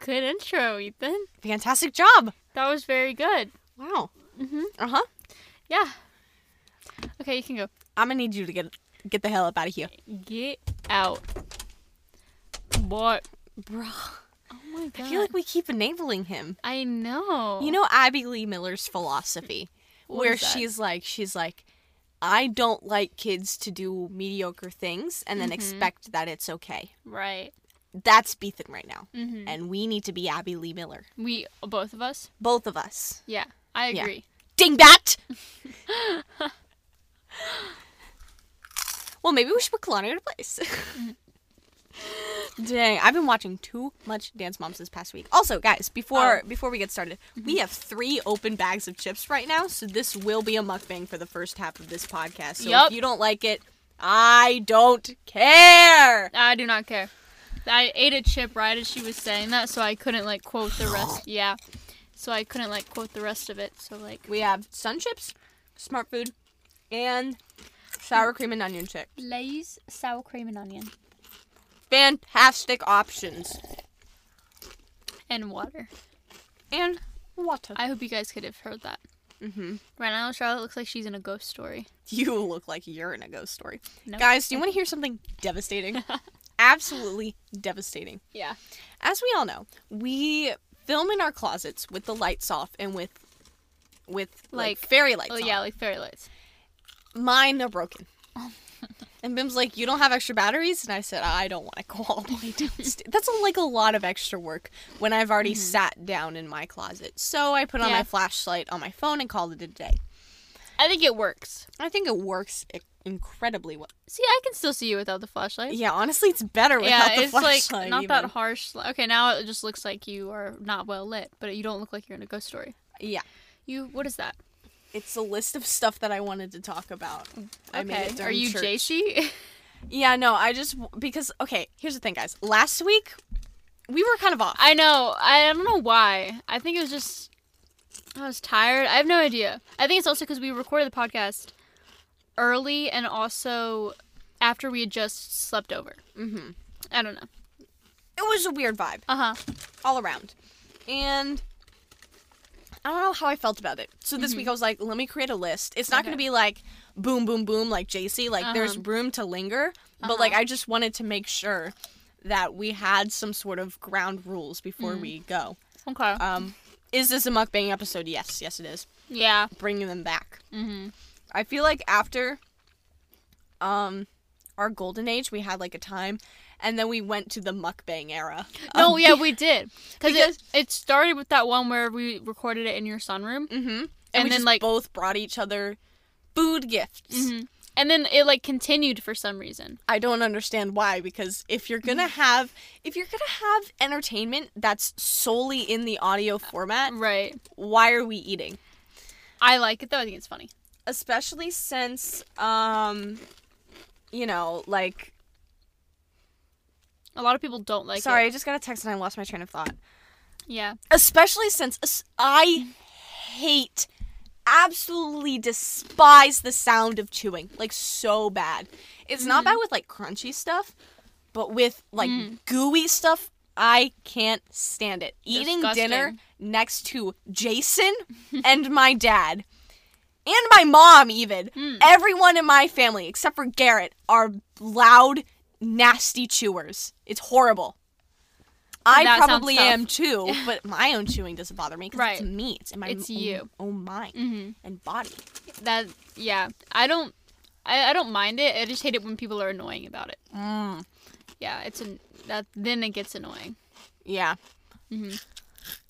Good intro, Ethan. Fantastic job. That was very good. Wow. Mm-hmm. Uh huh. Yeah. Okay, you can go. I'm gonna need you to get get the hell up out of here, Get out. What? bro. Oh my god. I feel like we keep enabling him. I know. You know Abby Lee Miller's philosophy, What where is that? she's like, she's like, I don't like kids to do mediocre things and then expect that it's okay. Right. That's Beethan right now, Mm-hmm. and we need to be Abby Lee Miller, We both of us. both of us. Yeah, I Yeah. agree. Dingbat. well, maybe we should put Kalani in a place. Dang, I've been watching too much Dance Moms this past week. Also, guys, before before we get started, we have three open bags of chips right now, so this will be a mukbang for the first half of this podcast. So Yup. if you don't like it, I don't care. I do not care. I ate a chip right as she was saying that, so I couldn't like quote the rest. Yeah. So I couldn't like quote the rest of it. So like We have sun chips, smart food, and sour cream and onion chips. Lay's sour cream and onion Fantastic options. and water. And water. I hope you guys could have heard that. Mm-hmm. Right now, Charlotte looks like she's in a ghost story. You look like you're in a ghost story. No. Guys, do you want to hear something devastating? Absolutely devastating. Yeah. As we all know, we film in our closets with the lights off and with with Like- like, fairy lights Oh on. yeah, like fairy lights. Mine are broken. and Bim's like, "You don't have extra batteries?" And I said, "I don't want to go all the way downstairs. That's like a lot of extra work when I've already sat down in my closet." So I put on Yeah. my flashlight on my phone and called it a day. I think it works. I think it works i- incredibly well. See, I can still see you without the flashlight. Yeah, honestly, it's better without yeah, the it's flashlight. like not even. that harsh. li- Okay, now it just looks like you are not well lit, but you don't look like you're in a ghost story. Yeah, You, what is that? it's a list of stuff that I wanted to talk about. I made it during Are you church. JC? Yeah, no, I just because okay. Here's the thing, guys. Last week we were kind of off. I know. I, I don't know why. I think it was just I was tired. I have no idea. I think it's also because we recorded the podcast early and also after we had just slept over. Mhm. I don't know. It was a weird vibe Uh huh. all around, and I don't know how I felt about it. So this week I was like, let me create a list. It's not going to Mm-hmm. Okay. be like boom, boom, boom, like JC. Like there's Uh-huh. room to linger, but Uh-huh. like I just wanted to make sure that we had some sort of ground rules before Mm. we go. Okay. Um, is this a mukbang episode? Yes, yes, it is. yeah. Bringing them back. Mm-hmm. I feel like after, um, our golden age, we had like a time, and then we went to the mukbang era. No, yeah, we did. Cause Um, because- it, it started with that one where we recorded it in your sunroom, Mm-hmm. And, And we then, just like- Mm-hmm. both brought each other food gifts. and then it like continued for some reason. I don't understand why because if you're gonna Mm-hmm. have if you're gonna have entertainment that's solely in the audio format, Right. why are we eating? I like it though. I think it's funny. especially since um you know like A lot of people don't like sorry it. i just got a text and i lost my train of thought Yeah. especially since es- i hate absolutely despise the sound of chewing like so bad it's not Mm. bad with like crunchy stuff but with like gooey stuff i can't stand it eating dinner Disgusting. next to jason and my dad and my mom even Mm. everyone in my family except for garrett are loud nasty chewers it's horrible i That sounds probably tough. am too but my own chewing doesn't bother me because Right. it's me it's in my It's own, you. own mind Mm-hmm. and body That yeah, I don't, I, I don't mind it. I just hate it when people are annoying about it. Mm. Yeah, it's an that then it gets annoying. yeah Mhm.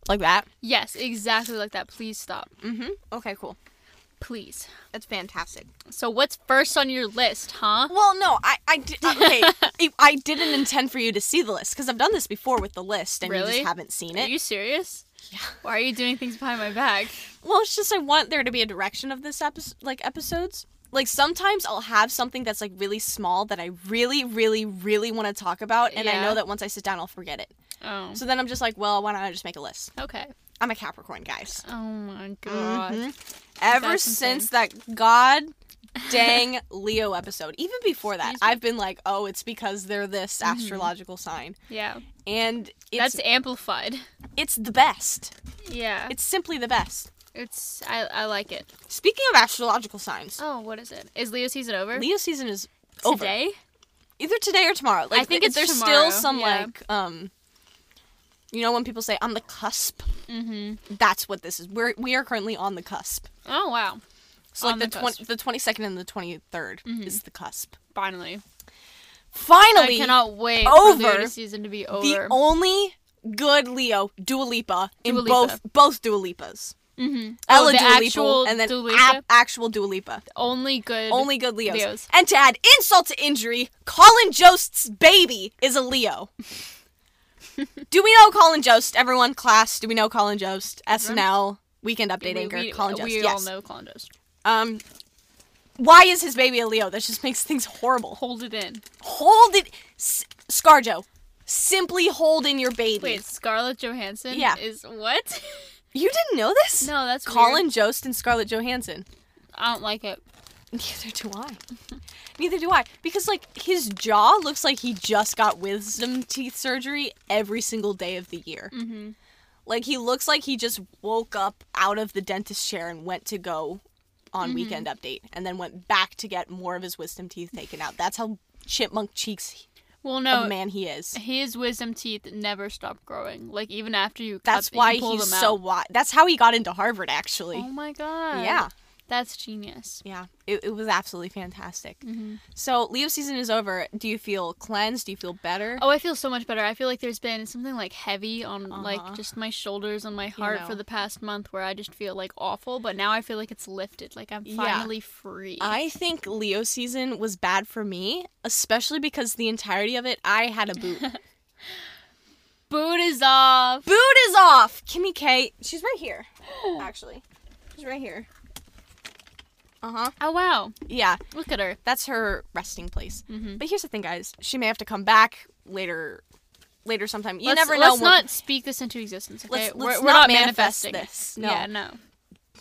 like that Yes, exactly like that. Please stop, mm-hmm okay cool please. that's fantastic So what's first on your list, huh? well no i i did okay I- i didn't intend for you to see the list because i've done this before with the list and you Really? just haven't seen Are it you serious? Yeah. Why are you doing things behind my back? Well, it's just I want there to be a direction of this episode, like episodes. Like sometimes I'll have something that's like really small that I really, really, really want to talk about, and I Yeah. know that once I sit down, I'll forget it. Oh, So then I'm just like, well, why don't I just make a list? okay. I'm a Capricorn, guys. Oh my god. Mhm. Ever That's since that god dang Leo episode. Even before that, Excuse me. I've been like, oh, it's because they're this astrological sign, Yeah. and it's That's amplified. it's the best. Yeah. It's simply the best. It's I I like it. Speaking of astrological signs, Oh, what is it? Is Leo season over? Leo season is over. Today? either today or tomorrow. Like, think th- it's there's tomorrow, still some yeah. like um, you know when people say on the cusp. Mm-hmm. That's what this is. We're we are currently on the cusp. Oh wow. So like On the the twen- cusp. the twenty second and the twenty is the cusp. Finally. Finally, I cannot wait for Leo over to season to be over. the only good Leo Dua Lipa in Dua Lipa. both both Dua Lipas. mm-hmm. Ella the Dua Lipa actual and then Dua Lipa? ap- actual Dua Lipa. Only good. Only good Leos. Leos. And to add insult to injury, Colin Jost's baby is a Leo. Do we know Colin Jost? Everyone, class, do we know Colin Jost? SNL, Weekend Update we, anchor, we, Colin Jost. we all yes. know Colin Jost. Um, why is his baby a Leo? That just makes things horrible. Hold it in. Hold it, S- ScarJo. Simply hold in your baby. Wait, Scarlett Johansson Yeah. is what? you didn't know this? no, that's weird. Colin Jost and Scarlett Johansson. I don't like it. Neither do I. Neither do I. Because, like, his jaw looks like he just got wisdom teeth surgery every single day of the year. Mhm. Like, he looks like he just woke up out of the dentist chair and went to go on Mm-hmm. Weekend Update and then went back to get more of his wisdom teeth taken out. That's how chipmunk cheeks Well, of a no, man he is. his wisdom teeth never stop growing. Like even after you cut, That's you why pull he's them so out. wise. That's how he got into Harvard, actually. Oh my god. yeah. That's genius. Yeah, it, it was absolutely fantastic. Mm-hmm. So Leo season is over. Do you feel cleansed? Do you feel better? Oh, I feel so much better. I feel like there's been something like heavy on Uh-huh. like just my shoulders and my heart know. for the past month where I just feel like awful, but now I feel like it's lifted. Like I'm Yeah. finally free. I think Leo season was bad for me, especially because the entirety of it, I had a boot. Boot is off. boot is off. Kimmy K, she's right here, actually. She's right here. Uh huh. Oh wow. Yeah, Look at her. that's her resting place. Mhm. But here's the thing, guys. She may have to come back later, later sometime. You let's, never know. Let's when- not speak this into existence. Okay, Let's- we're, let's we're not not manifest manifesting it. this. No. Yeah, no.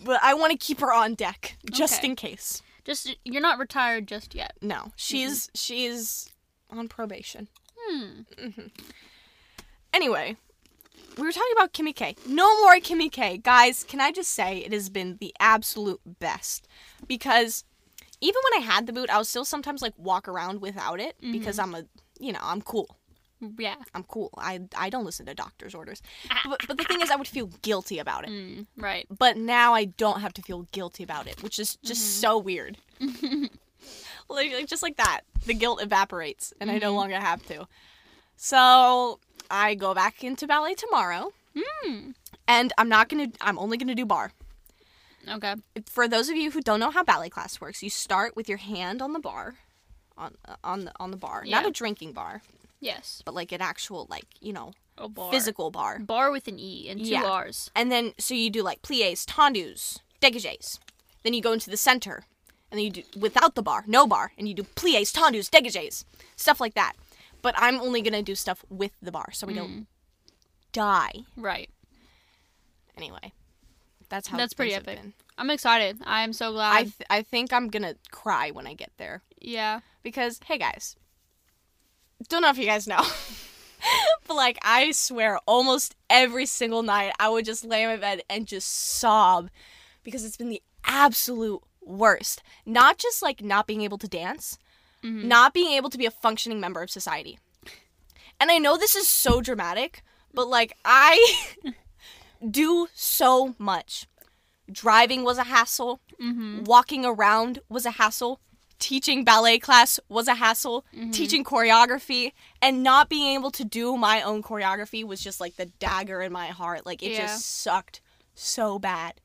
But I want to keep her on deck just Okay. in case. Just you're not retired just yet. No, she's she's on probation. Mm-hmm. Hmm. Anyway, we were talking about Kimmy K. No more Kimmy K, guys. Can I just say it has been the absolute best because even when I had the boot, I was still sometimes like walk around without it because I'm a you know I'm cool. Yeah. I'm cool. I I don't listen to doctor's orders. But, but the thing is, I would feel guilty about it. Mm, right. But now I don't have to feel guilty about it, which is just Mm-hmm. so weird. like, like just like that, the guilt evaporates, and I no Mm-hmm. longer have to. So I go back into ballet tomorrow, Mm. and I'm not gonna. I'm only gonna do bar. Okay. For those of you who don't know how ballet class works, you start with your hand on the bar, on uh, on the on the bar, not Yeah. a drinking bar, Yes. but like an actual like you know A bar. physical bar. Bar with an E and two Yeah. R's. And then so you do like plies, tendus, dégagés. Then you go into the center, and then you do without the bar, no bar, and you do plies, tendus, dégagés, stuff like that. But I'm only gonna do stuff with the bar, so we Mm. don't die. Right. Anyway, that's how That's pretty things have epic. been. I'm excited. I'm so glad. I th- I think I'm gonna cry when I get there yeah. because hey guys, don't know if you guys know. But like I swear, almost every single night I would just lay in my bed and just sob because it's been the absolute worst. Not just like not being able to dance, not being able to be a functioning member of society. And I know this is so dramatic, but like I do so much. Driving was a hassle, Mm-hmm. walking around was a hassle, teaching ballet class was a hassle, teaching choreography, and not being able to do my own choreography was just like the dagger in my heart. Like it Yeah. just sucked so bad.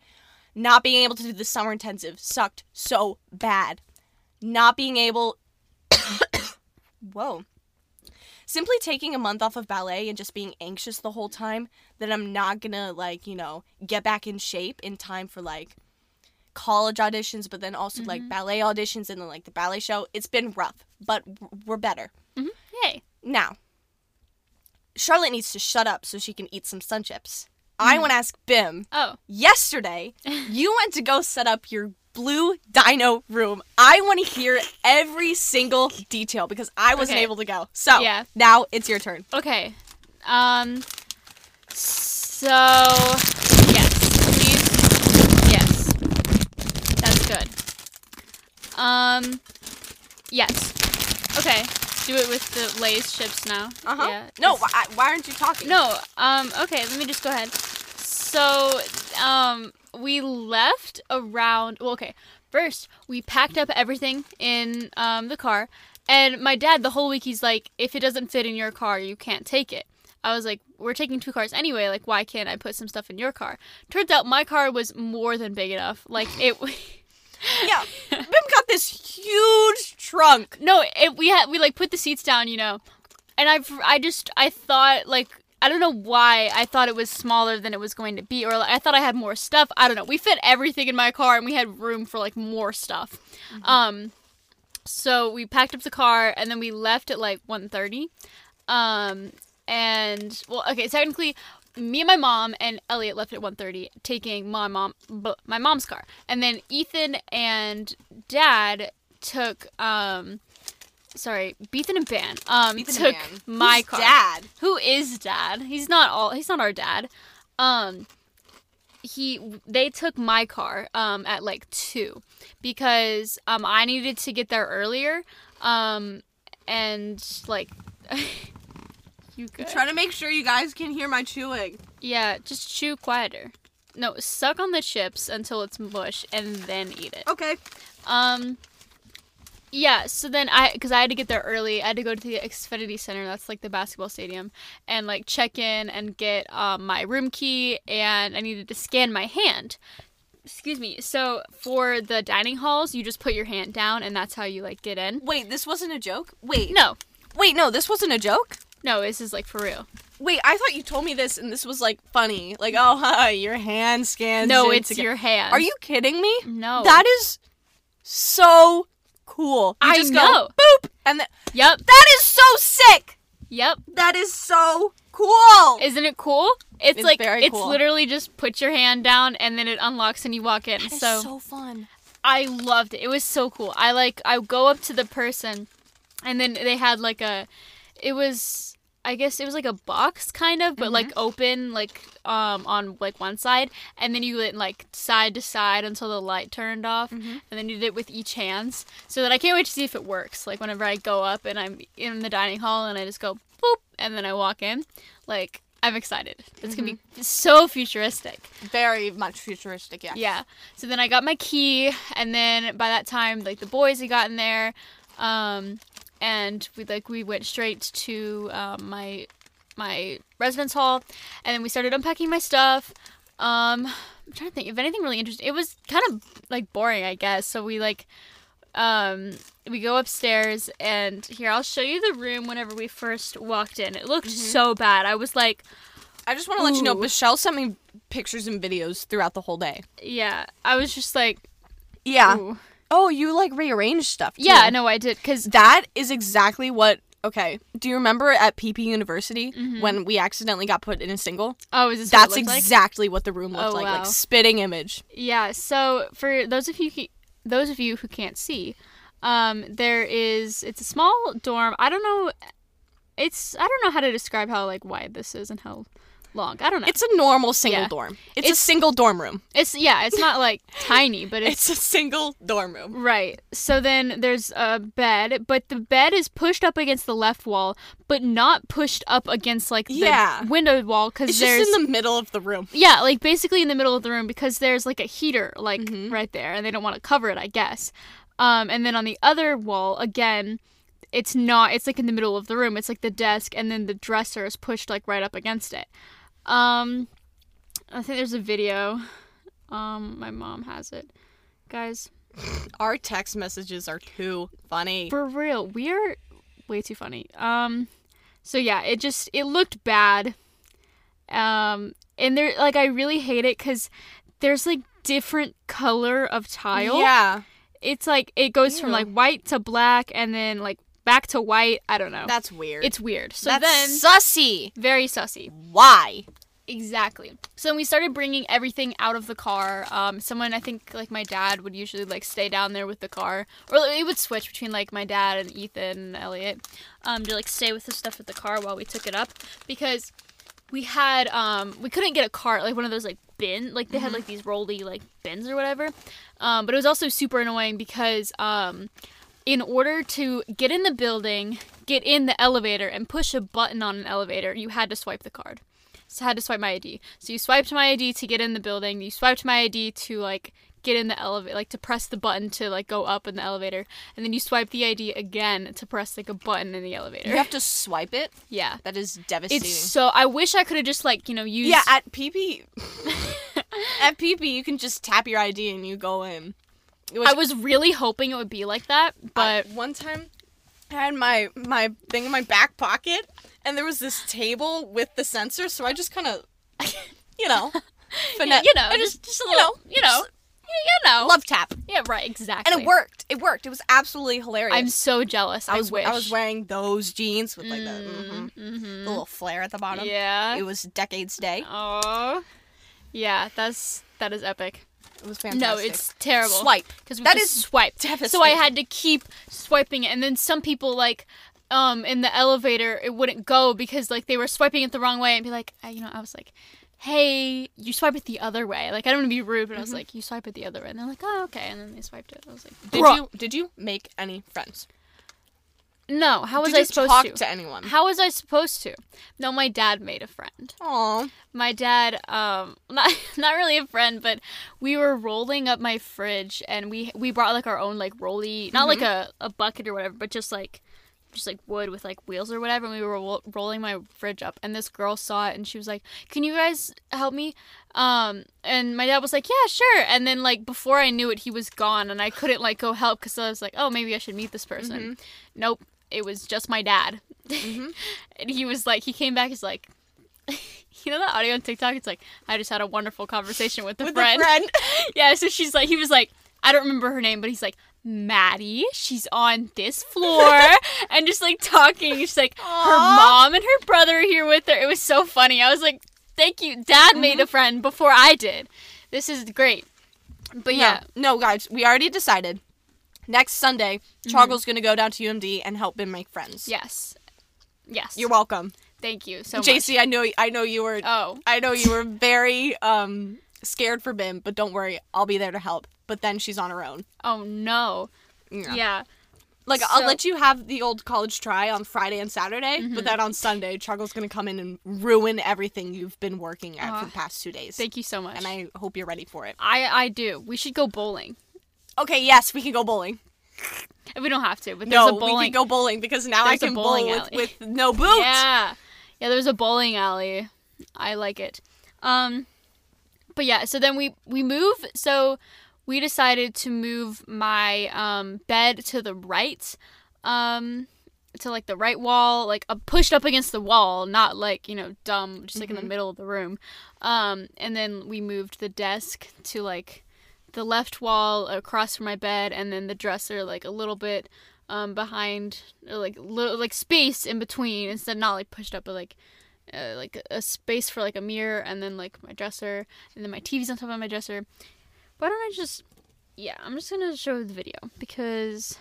Not being able to do the summer intensive sucked so bad. Not being able. Whoa. Simply taking a month off of ballet and just being anxious the whole time that I'm not gonna, like, you know, get back in shape in time for, like, college auditions, but then also, Mm-hmm. like, ballet auditions and then, like, the ballet show. It's been rough, but w- we're better. Yay. Now, Charlotte needs to shut up so she can eat some Mm. sun chips. I want to ask Bim Oh. yesterday you went to go set up your blue dino room. I want to hear every single detail because I wasn't Okay. able to go. So Yeah. now it's your turn. Okay. Um. So yes, please. Yes, that's good. Um. Yes. Okay. Do it with the Lay's chips now. Uh huh. Yeah. No, why, why aren't you talking? No. Um. Okay. Let me just go ahead. So, um, we left around. Well, okay. First, we packed up everything in um the car, and my dad the whole week he's like, if it doesn't fit in your car, you can't take it. I was like, we're taking two cars anyway. Like, why can't I put some stuff in your car? Turns out my car was more than big enough. Like it. Yeah. Bim got this huge trunk. No, it, we had we like put the seats down, you know, and I I just I thought like I don't know why I thought it was smaller than it was going to be, or like, I thought I had more stuff. I don't know. We fit everything in my car, and we had room for like more stuff. Um, so we packed up the car, and then we left at like 1.30. Um, and well, okay, technically. Me and my mom and Elliot left at 1.30, taking my mom, bu- my mom's car, and then Ethan and Dad took um, sorry, Beethan and Ban um Ethan took Mann. my Who's car. Dad. Who is Dad? He's not all. He's not our dad. Um, he they took my car um at like two because um I needed to get there earlier um and like you I'm good trying to make sure you guys can hear my chewing. yeah just chew quieter no suck on the chips until it's mush and then eat it Okay. Um. Yeah. So then I, because I had to get there early, I had to go to the Xfinity Center. That's like the basketball stadium, and like check in and get um, my room key, and I needed to scan my hand. Excuse me. So for the dining halls, you just put your hand down, and that's how you like get in. Wait, this wasn't a joke? Wait. No, Wait, no, this wasn't a joke? no, this is like for real. Wait, I thought you told me this and this was like funny. Like, oh, hi, your hand scans. No, in it's to get- your hand. Are you kidding me? No. That is so cool. You I just know. go boop and th- Yep. that is so sick. Yep. That is so cool. Isn't it cool? It's, It's like very it's cool. literally just put your hand down and then it unlocks and you walk in. That is so fun. I loved it. It was so cool. I like I go up to the person and then they had like a it was I guess it was like a box kind of, but like open like um on like one side and then you went like side to side until the light turned off and then you did it with each hands. So that I can't wait to see if it works. Like whenever I go up and I'm in the dining hall and I just go boop and then I walk in. Like I'm excited. It's gonna be so futuristic. Very much futuristic, yeah. Yeah. So then I got my key, and then by that time, like the boys had gotten there, um, and we like we went straight to um, my my residence hall, and then we started unpacking my stuff. Um, I'm trying to think if anything really interesting. It was kind of like boring, I guess. So we like um we go upstairs and here I'll show you the room whenever we first walked in. It looked so bad. I was like, I just want to let you know, Ooh. Michelle sent me pictures and videos throughout the whole day. yeah, I was just like, Yeah. ooh. Oh, you like rearranged stuff. Too. yeah, no, I did cuz That is exactly what. Okay. Do you remember at PP University when we accidentally got put in a single? Oh, is this That's what it looked like? exactly Mm-hmm. what the room looked Oh, like. wow. Like spitting image. Yeah. So for those of you, who- those of you who can't see, um, there is it's a small dorm. I don't know. It's I don't know how to describe how like wide this is and how long. I don't know. It's, It's a normal single Yeah. dorm. It's, a It's- single dorm room. yeah. It's not like tiny, but it's. It's a single dorm room. Right. So then there's a bed, but the bed is pushed up against the left wall, but not pushed up against like the Yeah. window wall because It's there's just in the middle of the room. Yeah, like basically in the middle of the room because there's like a heater like right there and they don't want to cover it, I guess. Um, and then on the other wall, again, it's not it's like in the middle of the room. It's like the desk and then the dresser is pushed like right up against it. Um I think there's a video. Um my mom has it. Guys, Our text messages are too funny. for real, we're way too funny. Um, so yeah, it just it looked bad. Um, and there like I really hate it because there's like different color of tile. Yeah. it's like it goes from Ew. like white to black and then like back to white. I don't know. That's weird. it's weird. So That's then sussy. very sussy. Why? Exactly. So then we started bringing everything out of the car. Um, someone, I think, like my dad would usually like stay down there with the car, or like, it would switch between like my dad and Ethan and Elliot, um, to like stay with the stuff at the car while we took it up because we had um, we couldn't get a cart like one of those like bin like they had like these rolly like bins or whatever, um, but it was also super annoying because um, in order to get in the building, get in the elevator, and push a button on an elevator, you had to swipe the card so I had to swipe my ID. So you swiped my ID to get in the building. You swiped my ID to like get in the elevator, like to press the button to like go up in the elevator, and then you swipe the ID again to press like a button in the You elevator. have to swipe it. Yeah, That is it's devastating. so. I wish I could have just like you know used. yeah, at PP. at PP, you can just tap your ID and you go in. Which I was really hoping it would be like that, I- but one time I had my my thing in my back pocket and there was this table with the sensor, so I just kind of you know, finesse, you know, I just just a you little, know, you know, you, you know, love tap. yeah, right, exactly. And it worked. It worked. It was absolutely hilarious. I'm so jealous. I, I was wish. I was wearing those jeans with like the, mhm, the Mhm. little flare at the bottom. Yeah. It was decades day. Oh. Yeah, that's that is epic. It was fantastic. No, it's terrible. swipe. because That that is is swipe. So I devastating. had to keep swiping it, and then some people like, um, in the elevator it wouldn't go because like they were swiping it the wrong way, and be like, I, you know, I was like, hey, you swipe it the other way. Like I don't want to be rude, but I was like, you swipe it the other way, and they're like, oh, okay, and then they swiped it. I was like, Did "Bruh." you did you make any friends? No, how was did I you supposed talk to? to anyone? How was I supposed to? No, my dad made a friend. Aw. my dad um not not really a friend but we were rolling up my fridge and we we brought like our own like rolly not like Mm-hmm. a, a bucket or whatever but just like just like wood with like wheels or whatever and we were ro- rolling my fridge up and this girl saw it and she was like can you guys help me um and my dad was like yeah sure and then like before i knew it he was gone and i couldn't like go help because i was like oh maybe i should meet this person nope it was just my dad and he was like he came back he's like you know that audio on tiktok it's like i just had a wonderful conversation with the With friend a friend. yeah, so she's like, he was like, I don't remember her name, but he's like, Maddie, she's on this floor, and just like talking. She's like, her Aw. mom and her brother are here with her. It was so funny. I was like, thank you. Dad made a Mm-hmm. friend before I did. This is great. But No. yeah, No, guys, we already decided. Next Sunday, Chargle's gonna go down to UMD and help him make friends. Mm-hmm. yes. Yes. You're welcome. Thank you so much. JC, I know I know you were Oh. I know you were very um scared for Bim, but don't worry, I'll be there to help. But then she's on her own. Oh no. Yeah. Like I'll So- Mm-hmm. let you have the old college try on Friday and Saturday, but then on Sunday, Chargle's gonna come in and ruin everything you've been working at Aw. for the past two days. Thank you so much. and I hope you're ready for it. I I do. We should go bowling. Okay, yes, we can go bowling. We don't have to, but there's No, a bowling. we can go bowling because now There's I a can bowling bowl alley. with, with no boots. Yeah. Yeah, there's a bowling alley. I like it. Um but yeah, so then we we move so we decided to move my um bed to the right um to like the right wall, like uh, pushed up against the wall, not like, you know, dumb just like in the middle of the room. Um and then we moved the desk to like the left wall across from my bed and then the dresser like a little bit um behind or, like little like space in between instead not like pushed up but like uh, like a space for like a mirror and then like my dresser and then my TV's on top of my dresser. Why don't I just yeah, I'm just going to show the video because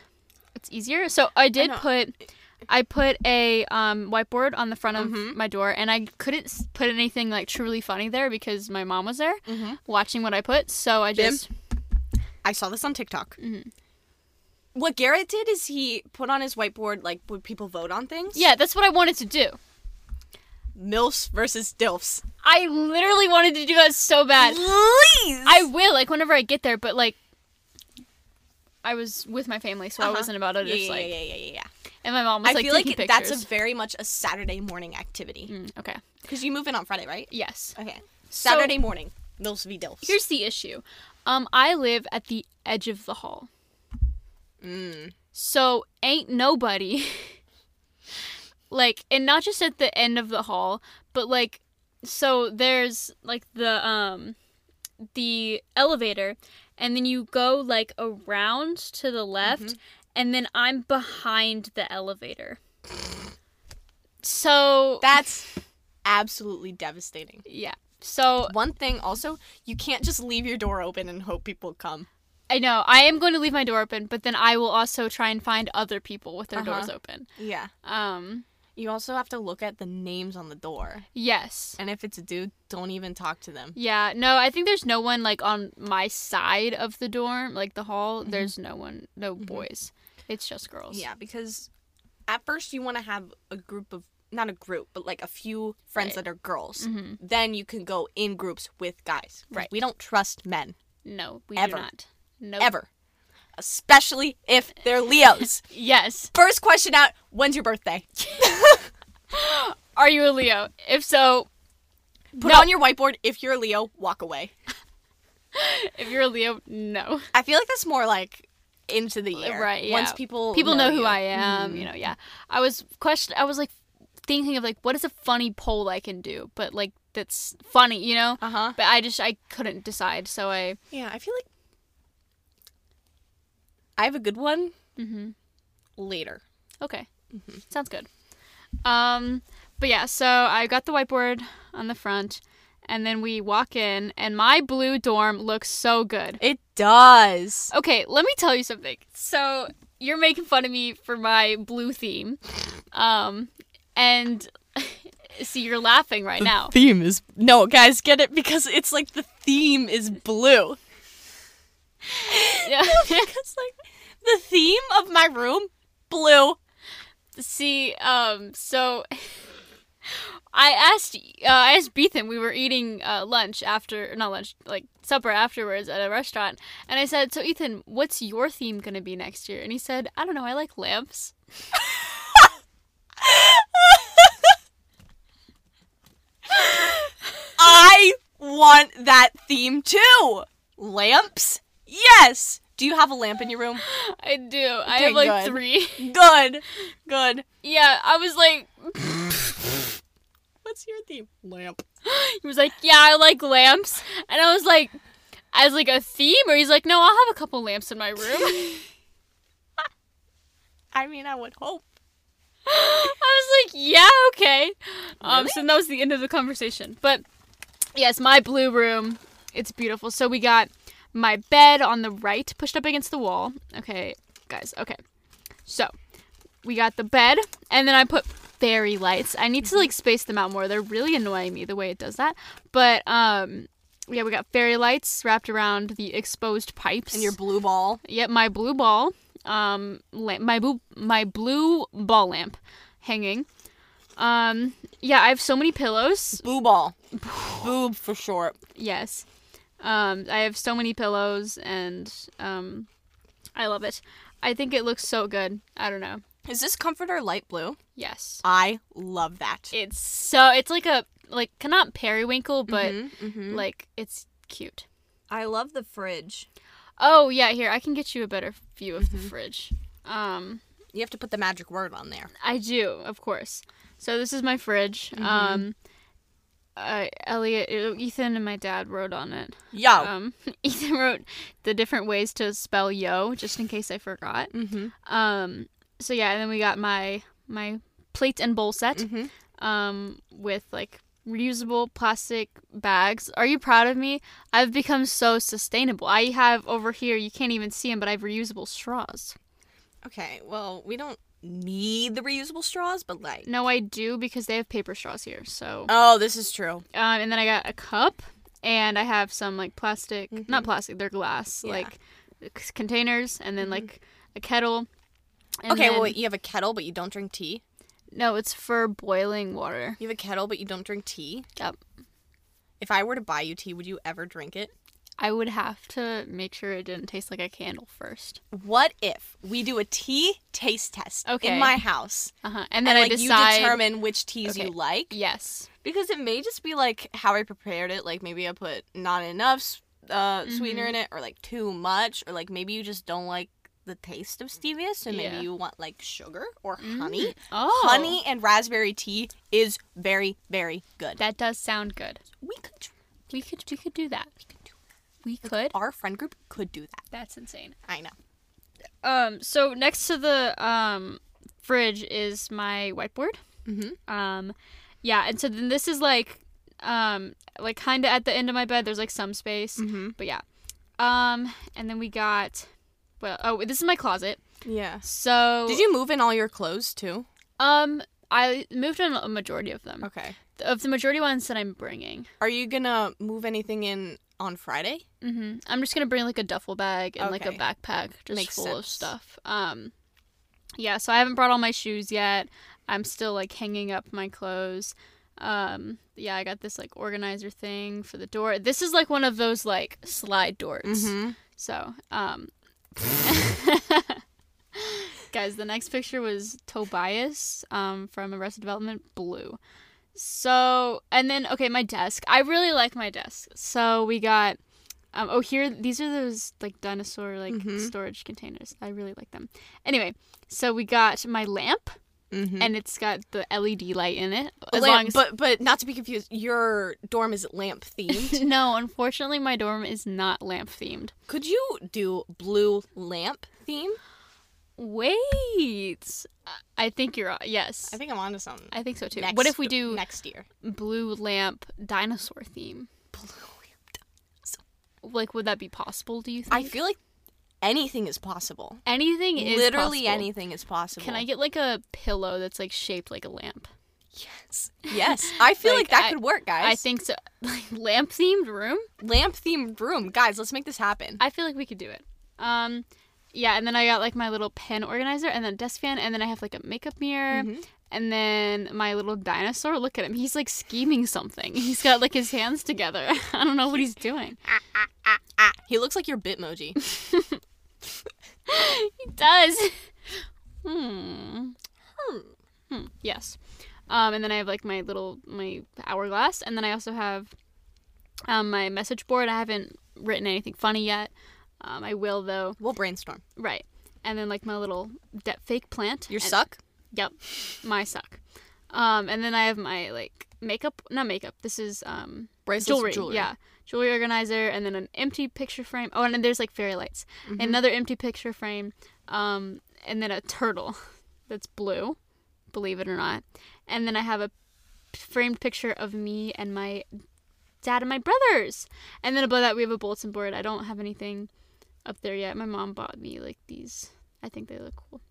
it's easier. So I did know. put I put a um, whiteboard on the front of Mhm. my door and I couldn't s- put anything like truly funny there because my mom was there Mm-hmm. watching what I put. So I Bim? just I saw this on TikTok. Mhm. What Garrett did is he put on his whiteboard like would people vote on things? Yeah, that's what I wanted to do. MILFs versus DILFs. I literally wanted to do that so bad. Please. I will, like, whenever I get there, but, like, I was with my family, so Uh-huh. I wasn't about to yeah, just, yeah, like, yeah, yeah, yeah, yeah. and my mom was, I like, feel taking like pictures. that's a very much a Saturday morning activity Mm, okay. because you move in on Friday, right? Yes. Okay. So- Saturday morning, MILFs v DILFs. Here's the issue. Um, I live at the edge of the hall. Mm. So ain't nobody like and not just at the end of the hall, but like so there's like the um the elevator and then you go like around to the left and then I'm behind the elevator. So That's absolutely devastating. yeah. So One thing also, you can't just leave your door open and hope people come. I know I am going to leave my door open, but then I will also try and find other people with their doors Uh-huh. open. Yeah. Um, You also have to look at the names on the door. yes. And if it's a dude, don't even talk to them. Yeah, no, I think there's no one like on my side of the dorm, like the hall. There's no one, no boys. It's just girls. Mm-hmm. Yeah, because at first you want to have a group of not a group, but like a few friends Right. that are girls. Mhm. Then you can go in groups with guys. 'Cause Right. We don't trust men No, we Ever. do not. No. ever, especially if they're Leos. Yes. First question out: When's your birthday? Are you a Leo? If so, Put No. it on your whiteboard. If you're a Leo, walk away. if you're a Leo, no. I feel like that's more like into the year, Right, Once yeah. people People know, who you. Mm-hmm. I am, you know, yeah. I was question I was like thinking of like what is a funny poll I can do, but like that's funny, you know? Uh huh. But I just I couldn't decide, so I Yeah, I feel like I have a good one mhm. later. Okay. Sounds good. Um, but yeah, so I got the whiteboard on the front, and then we walk in, and my blue dorm looks so good. It does. Okay, let me tell you something. So you're making fun of me for my blue theme, um, and see, you're laughing right now. Theme is no, guys, get it because it's like the theme is blue. Yeah. Because like the theme of my room, blue. see, um, so. I asked, uh, I asked Bethan. We were eating uh, lunch after, not lunch, like supper afterwards at a restaurant, and I said, "So Ethan, what's your theme gonna be next year?" And he said, "I don't know. I like lamps." I want that theme too. Lamps? Yes. Do you have a lamp in your room? I do. I Okay, have like good. three. Good. Good. yeah, I was like, What's your theme? Lamp. he was like, "Yeah, I like lamps," and I was like, "As like a theme?" Or he's like, "No, I'll have a couple lamps in my room." I mean, I would hope. I was like, "Yeah, okay." Um, so that was the end of the conversation. But yes, my blue room. It's beautiful. So we got my bed on the right, pushed up against the wall. Okay, guys. Okay, so we got the bed, and then I put fairy lights. I need to Mm-hmm. like space them out more. They're really annoying me the way it does that. But um, yeah, we got fairy lights wrapped around the exposed pipes. And your blue ball. Yep, my blue ball, um, lamp, my blue, my blue ball lamp, hanging. Um, yeah, I have so many pillows. Boo ball. Boob for short. Yes, um, I have so many pillows, and um, I love it. I think it looks so good. I don't know. Is this comforter light blue? Yes, I love that. it's so it's like a like not periwinkle, but like it's cute. I love the fridge. Oh yeah, here I can get you a better view of the fridge. Um, You have to put the magic word on there. I do, of course. So this is my fridge. Um, uh, Elliot, Ethan, and my dad wrote on it. Yo. Um, Ethan wrote the different ways to spell yo, just in case I forgot. mm-hmm. Um, so yeah, and then we got my my plate and bowl set, Mhm. um, with like reusable plastic bags. Are you proud of me? I've become so sustainable. I have over here, you can't even see them, but I have reusable straws. Okay, well, we don't need the reusable straws, but like. No, I do because they have paper straws here. So Oh, this is true. Um, and then I got a cup, and I have some like plastic, not plastic, they're glass, Mm-hmm. Yeah. Mm-hmm. like c- containers, and then like a kettle. and okay, then- well, wait, you have a kettle, but you don't drink tea. No, it's for boiling water. You have a kettle, but you don't drink tea. Yep. If I were to buy you tea, would you ever drink it? I would have to make sure it didn't taste like a candle first. What if we do a tea taste test Okay. in my house, Uh huh. And and, then I like decide. you determine which teas Okay. you like? Yes. Because it may just be like how I prepared it. Like maybe I put not enough s- uh, sweetener in it, or like too much, or like maybe you just don't like the taste of stevia, so maybe Yeah. you want like sugar or honey. Oh. Honey and raspberry tea is very, very good. That does sound good. We could, We could we could do that. We could. our friend group could do that. That's insane. I know. Um. So next to the um fridge is my whiteboard. Mm-hmm. Um, yeah, and so then this is like um like kind of at the end of my bed there's like some space Mm-hmm. but yeah um and then we got well oh this is my closet Yeah. so Did you move in all your clothes too? um i moved on a majority of them Okay. of the majority ones that i'm bringing Are you gonna move anything in on Friday? hmm i'm just gonna bring like a duffel bag and like a Okay. backpack just Makes full of sense. stuff um yeah so i haven't brought all my shoes yet i'm still like hanging up my clothes um yeah i got this like organizer thing for the door this is like one of those like slide doors Mm-hmm. So, um, guys, the next picture was Tobias um, from Arrested Development, blue. So, and then okay, my desk. I really like my desk. So we got. Um, oh, here these are those like dinosaur like Mhm. storage containers. I really like them. Anyway, so we got my lamp, Mm-hmm. and it's got the LED light in it. As long Lamp, as, but but not to be confused, your dorm is lamp themed. no, unfortunately, my dorm is not lamp themed. Could you do blue lamp theme? Wait, I- I think you're yes. I think I'm onto something. I think so too. Next- what if we do next year? blue lamp dinosaur theme? Like, would that be possible? Do you think? I feel like anything is possible. anything is Literally possible. anything is possible. Can I get like a pillow that's like shaped like a lamp? Yes. Yes. I feel Like, like, that I- could work, guys. I think so. Like lamp themed room. lamp themed room, guys. Let's make this happen. I feel like we could do it. Um, yeah, and then I got like my little pen organizer, and then a desk fan, and then I have like a makeup mirror, Mhm. and then my little dinosaur. Look at him; he's like scheming something. He's got like his hands together. I don't know what he's doing. Ah, he looks like your Bitmoji. He does. Hmm. Hmm. Yes. Um, and then I have like my little my hourglass, and then I also have um, my message board. I haven't written anything funny yet. Um, I will though. we'll brainstorm. Right. And then like my little de- fake plant. Your And- suck. Yep. My suck. Um, and then I have my like makeup, not makeup. This is um Bracelets. jewelry. Jewelry. Yeah. Jewelry organizer and then an empty picture frame. Oh, and then there's like fairy lights. Mm-hmm. Another empty picture frame. Um, and then a turtle that's blue, believe it or not. And then I have a framed picture of me and my dad and my brothers. And then above that we have a bulletin board. I don't have anything up there yet. My mom bought me like these. I think they look cool.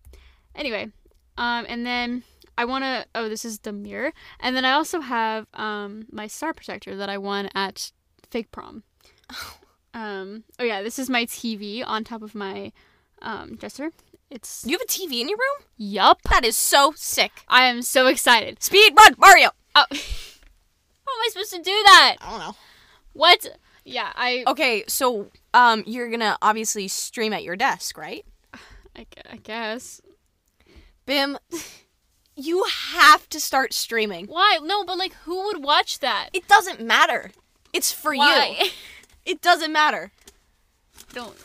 Anyway, um, and then I want to. Oh, this is the mirror. And then I also have um my star protector that I won at fake prom. Um. Oh yeah, this is my TV on top of my um dresser. It's You have a TV in your room? yup. That is so sick. I am so excited. Speed run, Mario. Oh, how am I supposed to do that? I don't know. What? Yeah, I Okay, so um, you're gonna obviously stream at your desk, right? I, gu- I guess. Bim, you have to start streaming. Why? No, but like, who would watch that? It doesn't matter. It's for you. Why? It doesn't matter. Don't.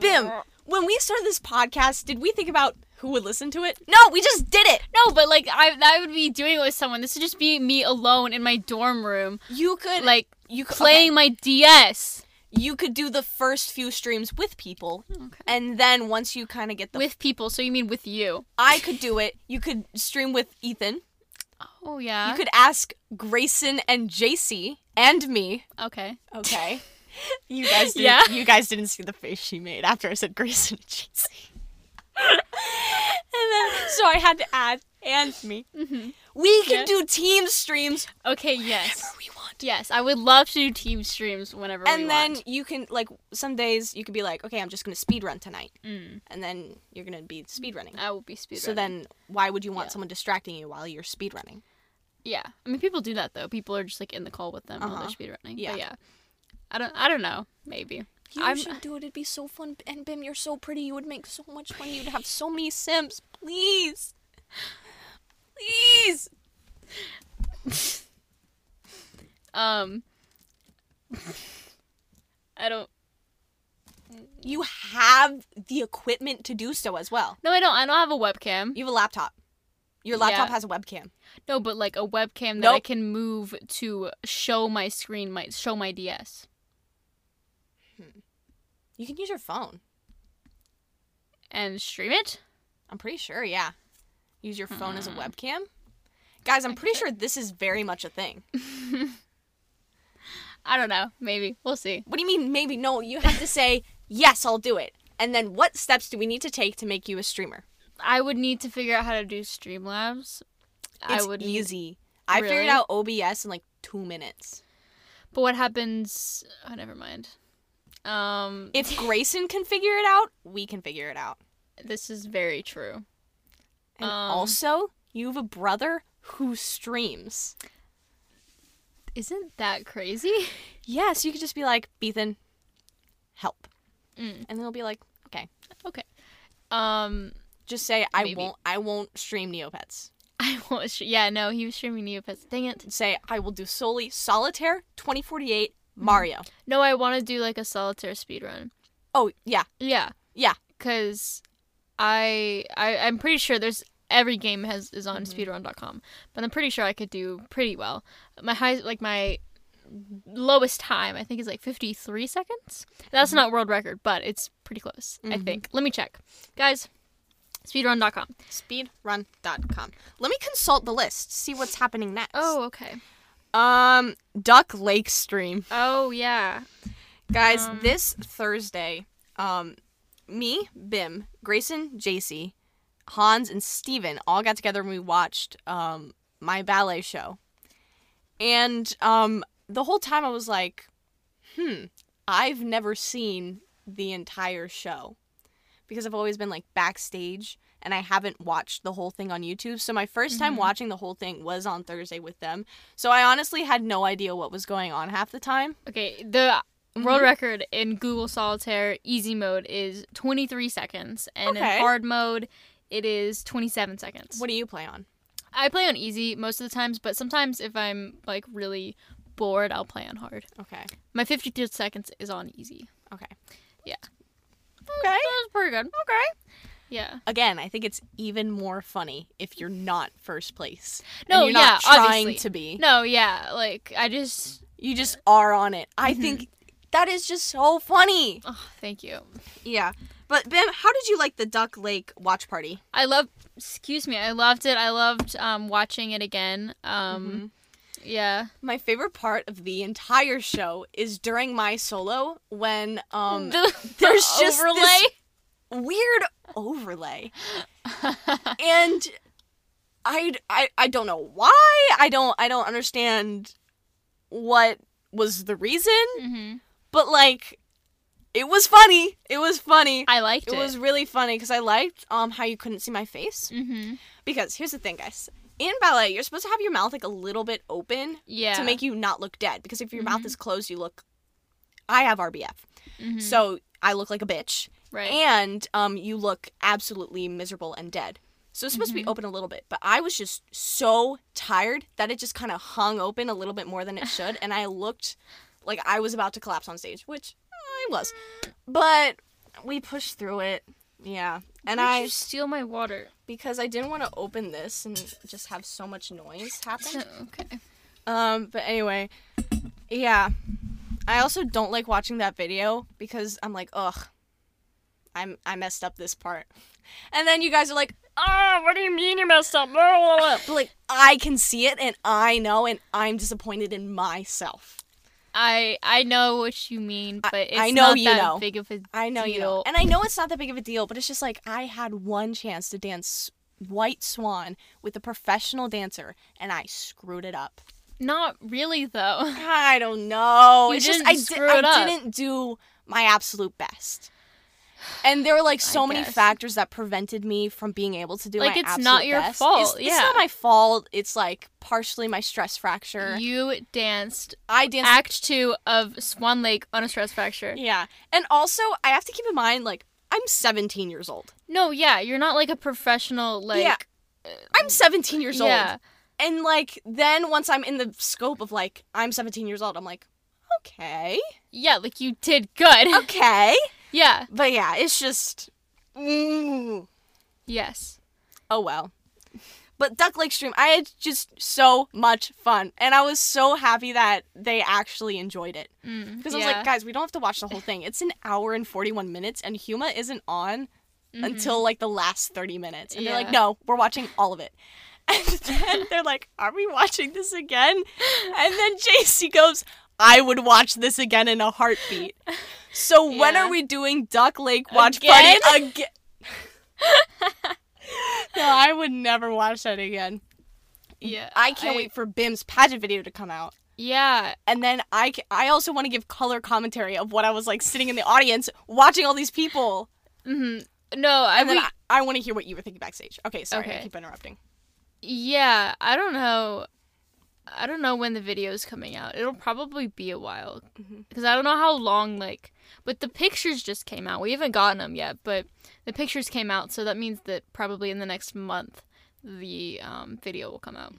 Bim, when we started this podcast, did we think about who would listen to it? No, we just did it. No, but like I, I would be doing it with someone. This would just be me alone in my dorm room, You could like you could, playing my DS okay, You could do the first few streams with people, Okay. and then once you kind of get the, with people. So you mean with you? I could do it. You could stream with Ethan. Oh yeah. You could ask Grayson and JC and me. okay. Okay. You guys didn't, Yeah. you guys didn't see the face she made after I said Grayson and JC. and then so I had to add and me. We can Yeah. do team streams Okay. Yes. whenever we want. Yes, I would love to do team streams whenever we And then want. you can like some days you could be like, okay, I'm just gonna speed run tonight, Mm. and then you're gonna be speed running. I will be speedrunning. So then why would you want Yeah. someone distracting you while you're speed running? yeah, I mean people do that though. People are just like in the call with them while Uh-huh. they're speedrunning. Yeah. But yeah, I don't. I don't know. Maybe. You I'm- should do it. It'd be so fun. And Bim, you're so pretty. You would make so much money. You'd have so many Sims. Please. Please. Um. I don't. You have the equipment to do so as well. No, I don't. I don't have a webcam. You have a laptop. Your laptop Yeah. has a webcam. No, but like a webcam that I Nope. can move to show my screen, my show my DS. You can use your phone. and stream it. I'm pretty sure, yeah. Hmm. Use your phone as a webcam. Guys, I'm pretty sure this is very much a thing. I don't know. Maybe we'll see. What do you mean, maybe? No, you have to say, yes, I'll do it. And then what steps do we need to take to make you a streamer? I would need to figure out how to do Streamlabs. It's I would need- easy. I Really? figured out OBS in like two minutes. But what happens? Oh, never mind. Um, If Grayson can figure it out, we can figure it out. this is very true. And Um, also, you have a brother who streams. Isn't that crazy? Yes, you could just be like, Bethan, help. Mm. And then he'll be like, okay. Um, Just say I Maybe. won't I won't stream Neopets. I won't. Sh- yeah, no, he was streaming Neopets. Dang it. Say I will do solely solitaire 2048 Mario. No, I want to do like a solitaire speed run. Oh yeah. Yeah. Yeah. Cause I I I'm pretty sure there's every game has is on speedrun.com, but I'm pretty sure I could do pretty well. My high like my lowest time I think is like 53 seconds. That's not world record, but it's pretty close. I Mhm. think. Let me check, guys. Speedrun.com. Speedrun.com. Let me consult the list, see what's happening next. Oh okay. Um Duck Lake stream. Oh yeah. Guys, Um. this Thursday, um me, Bim, Grayson, JC, Hans and Steven all got together and we watched um my ballet show. And um the whole time I was like, "Hmm, I've never seen the entire show." Because I've always been like backstage and I haven't watched the whole thing on YouTube. So my 1st time Mhm. watching the whole thing was on Thursday with them. So I honestly had no idea what was going on half the time. Okay. The world Mhm. record in Google Solitaire easy mode is 23 seconds, and Okay. in hard mode, it is 27 seconds. What do you play on? I play on easy most of the times, but sometimes if I'm like really bored, I'll play on hard. Okay. My 53 seconds is on easy. Okay. Yeah. Okay. That's pretty good. Okay. Yeah. Again, I think it's even more funny if you're not first place. and No, you're not yeah, trying obviously. to be. No, yeah. Like I just. You just are on it. I think that is just so funny. Oh, thank you. Yeah. But Bim, how did you like the Duck Lake watch party? I love. Excuse me. I loved it. I loved um, watching it again. Mm-hmm. Um, Yeah. My favorite part of the entire show is during my solo when um there's Uh, just this- weird overlay. and I, I I don't know why. I don't I don't understand what was the reason, hmm but like it was funny. It was funny. I liked it. It was really funny because I liked um how you couldn't see my face. Mm-hmm. Because here's the thing, guys. In ballet, you're supposed to have your mouth like a little bit open Yeah. Mm-hmm. to make you not look dead. Because if your mouth is closed, you look. I have RBF, Mhm. so I look like a bitch right. and um, you look absolutely miserable and dead. So it's Mm-hmm. supposed to be open a little bit, but I was just so tired that it just kind of hung open a little bit more than it should, and I looked like I was about to collapse on stage, which I was. But we pushed through it, yeah. And Why'd I you steal my water. because I didn't want to open this and just have so much noise happen. okay. Um, but anyway, yeah. I also don't like watching that video because I'm like, ugh, I'm I messed up this part, and then you guys are like, Ah, Oh, what do you mean you messed up? Blah, blah, blah. but like I can see it and I know and I'm disappointed in myself. I I know what you mean, but it's I know not you that know. big of a I know you know, deal. and I know it's not that big of a deal, but it's just like I had one chance to dance White Swan with a professional dancer, and I screwed it up. Not really though. I don't know. You it's didn't just I, di- screw it I up. didn't do my absolute best. And there were like so many guess. factors that prevented me from being able to do Like, my it's not absolute your best. fault, It's, it's yeah. not my fault. It's like partially my stress fracture. You danced I danced. Act Two of Swan Lake on a stress fracture. yeah, and also I have to keep in mind like I'm 17 years old. No, yeah, you're not like a professional like. Yeah, I'm 17 years yeah. old. And like then once I'm in the scope of like I'm 17 years old, I'm like, okay, Yeah, like you did good. Oh. okay. yeah. but yeah, it's just. Mm. Yes. oh well. But Duck Lake Stream, I had just so much fun, and I was so happy that they actually enjoyed it. Mm, Because I yeah. was like, guys, we don't have to watch the whole thing. It's an hour and forty-one minutes, and Huma isn't on Mhm. until like the last thirty minutes, and they're like, Yeah. no, we're watching all of it. And then they're like, are we watching this again? And then JC goes, I would watch this again in a heartbeat. So when Yeah. are we doing Duck Lake watch Again? party again? no, I would never watch that again. Yeah. I can't wait for Bim's pageant video to come out. Yeah. And then I, ca- I also want to give color commentary of what I was like sitting in the audience watching all these people. hmm No, I And we, then I, I want to hear what you were thinking backstage. Okay, sorry, I Okay. keep interrupting. yeah, I don't know. I don't know when the video is coming out. It'll probably be a while Mhm. because I don't know how long like but the pictures just came out. We haven't gotten them yet, but the pictures came out, so that means that probably in the next month the um, video will come out.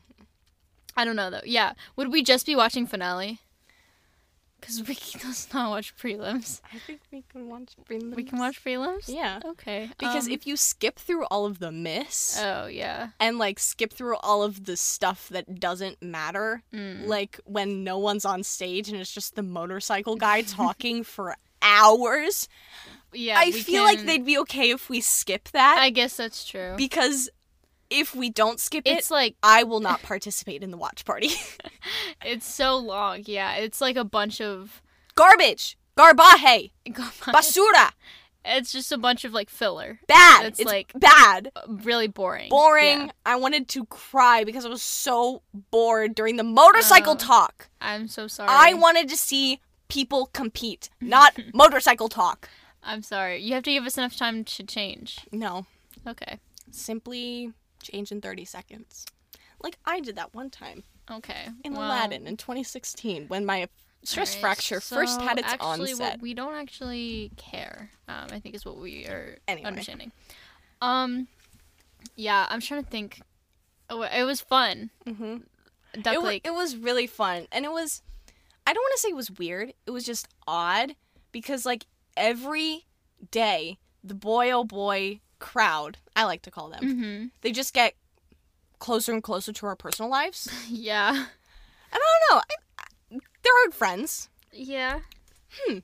I don't know though. Yeah, would we just be watching finale? Cuz we can let's not watch prelims. I think we can watch. We can watch prelims? Yeah. Okay. Because um, if you skip through all of the miss Oh, yeah. and like skip through all of the stuff that doesn't matter, Mm. like when no one's on stage and it's just the motorcycle guy talking for hours, Yeah. I we feel like can- they'd be okay if we skip that I guess that's true. because if we don't skip it, it's like I will not participate in the watch party. it's so long. Yeah, it's like a bunch of Garbage, garbaje, basura, it's just a bunch of like filler. bad. That's it's like- like bad. Really boring. boring. Yeah. I wanted to cry because I was so bored during the motorcycle Oh, talk. I'm so sorry. I wanted to see people compete, not motorcycle talk. I'm sorry. You have to give us enough time to change. No, Okay. simply change in 30 seconds. Like I did that one time Okay. in well, Aladdin in 2016 when my stress alright, fracture first so had its actually, onset. What we don't actually care. Um, I think is what we are Anyway. understanding. Um, yeah, I'm trying to think. Oh, it was fun. hmm Duck it, wa- Lake. it was really fun and it was i don't want to say it was weird it was just odd because like every day the boy oh boy crowd i like to call them mm-hmm. they just get closer and closer to our personal lives Yeah. i don't know I, I- they're our friends Yeah. Hmm.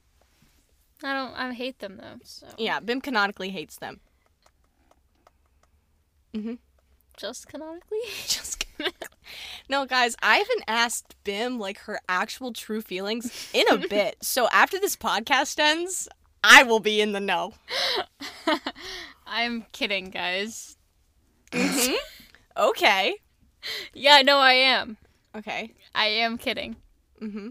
I don't. I hate them though. So yeah bim canonically hates them just canonically. just kidding. no guys i haven't asked bim like her actual true feelings in a bit so after this podcast ends i will be in the know I'm kidding, guys. okay Yeah, no, I am. okay I am kidding. Mm-hmm.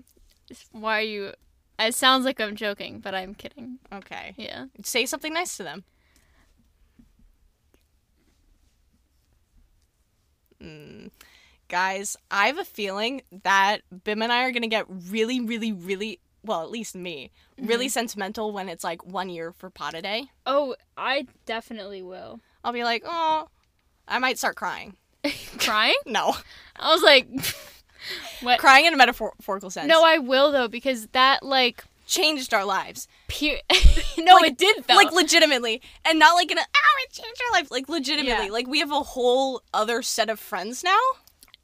Why are you? It sounds like I'm joking, but I'm kidding. Okay. Yeah. Say something nice to them. Mm. Guys, I have a feeling that Bim and I are gonna get really, really, really well, at least me, Mm-hmm. really sentimental when it's like one year for Pata Day. Oh, I definitely will. I'll be like, oh, I might start crying. Crying? No, I was like, what? crying in a metaphorical sense. no, I will though because that like. changed our lives. Pe- No, it did though. Like legitimately, and not like in a oh, it changed our life. Like legitimately, Yeah. like we have a whole other set of friends now.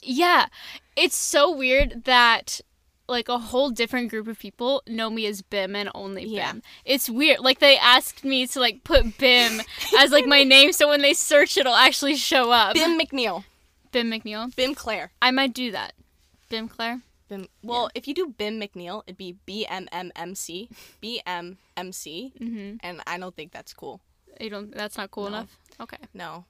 Yeah. It's so weird that like a whole different group of people know me as Bim and only Bim. Yeah. It's weird. Like they asked me to like put Bim as like my name so when they search it'll actually show up. Bim McNeil. Bim McNeil. Bim Claire. I might do that. Bim Claire. Bim. Well, if you do Bim McNeil, it'd be B M M M C B M M C, Mhm. and I don't think that's cool. You don't that's not cool No. enough. Okay. No,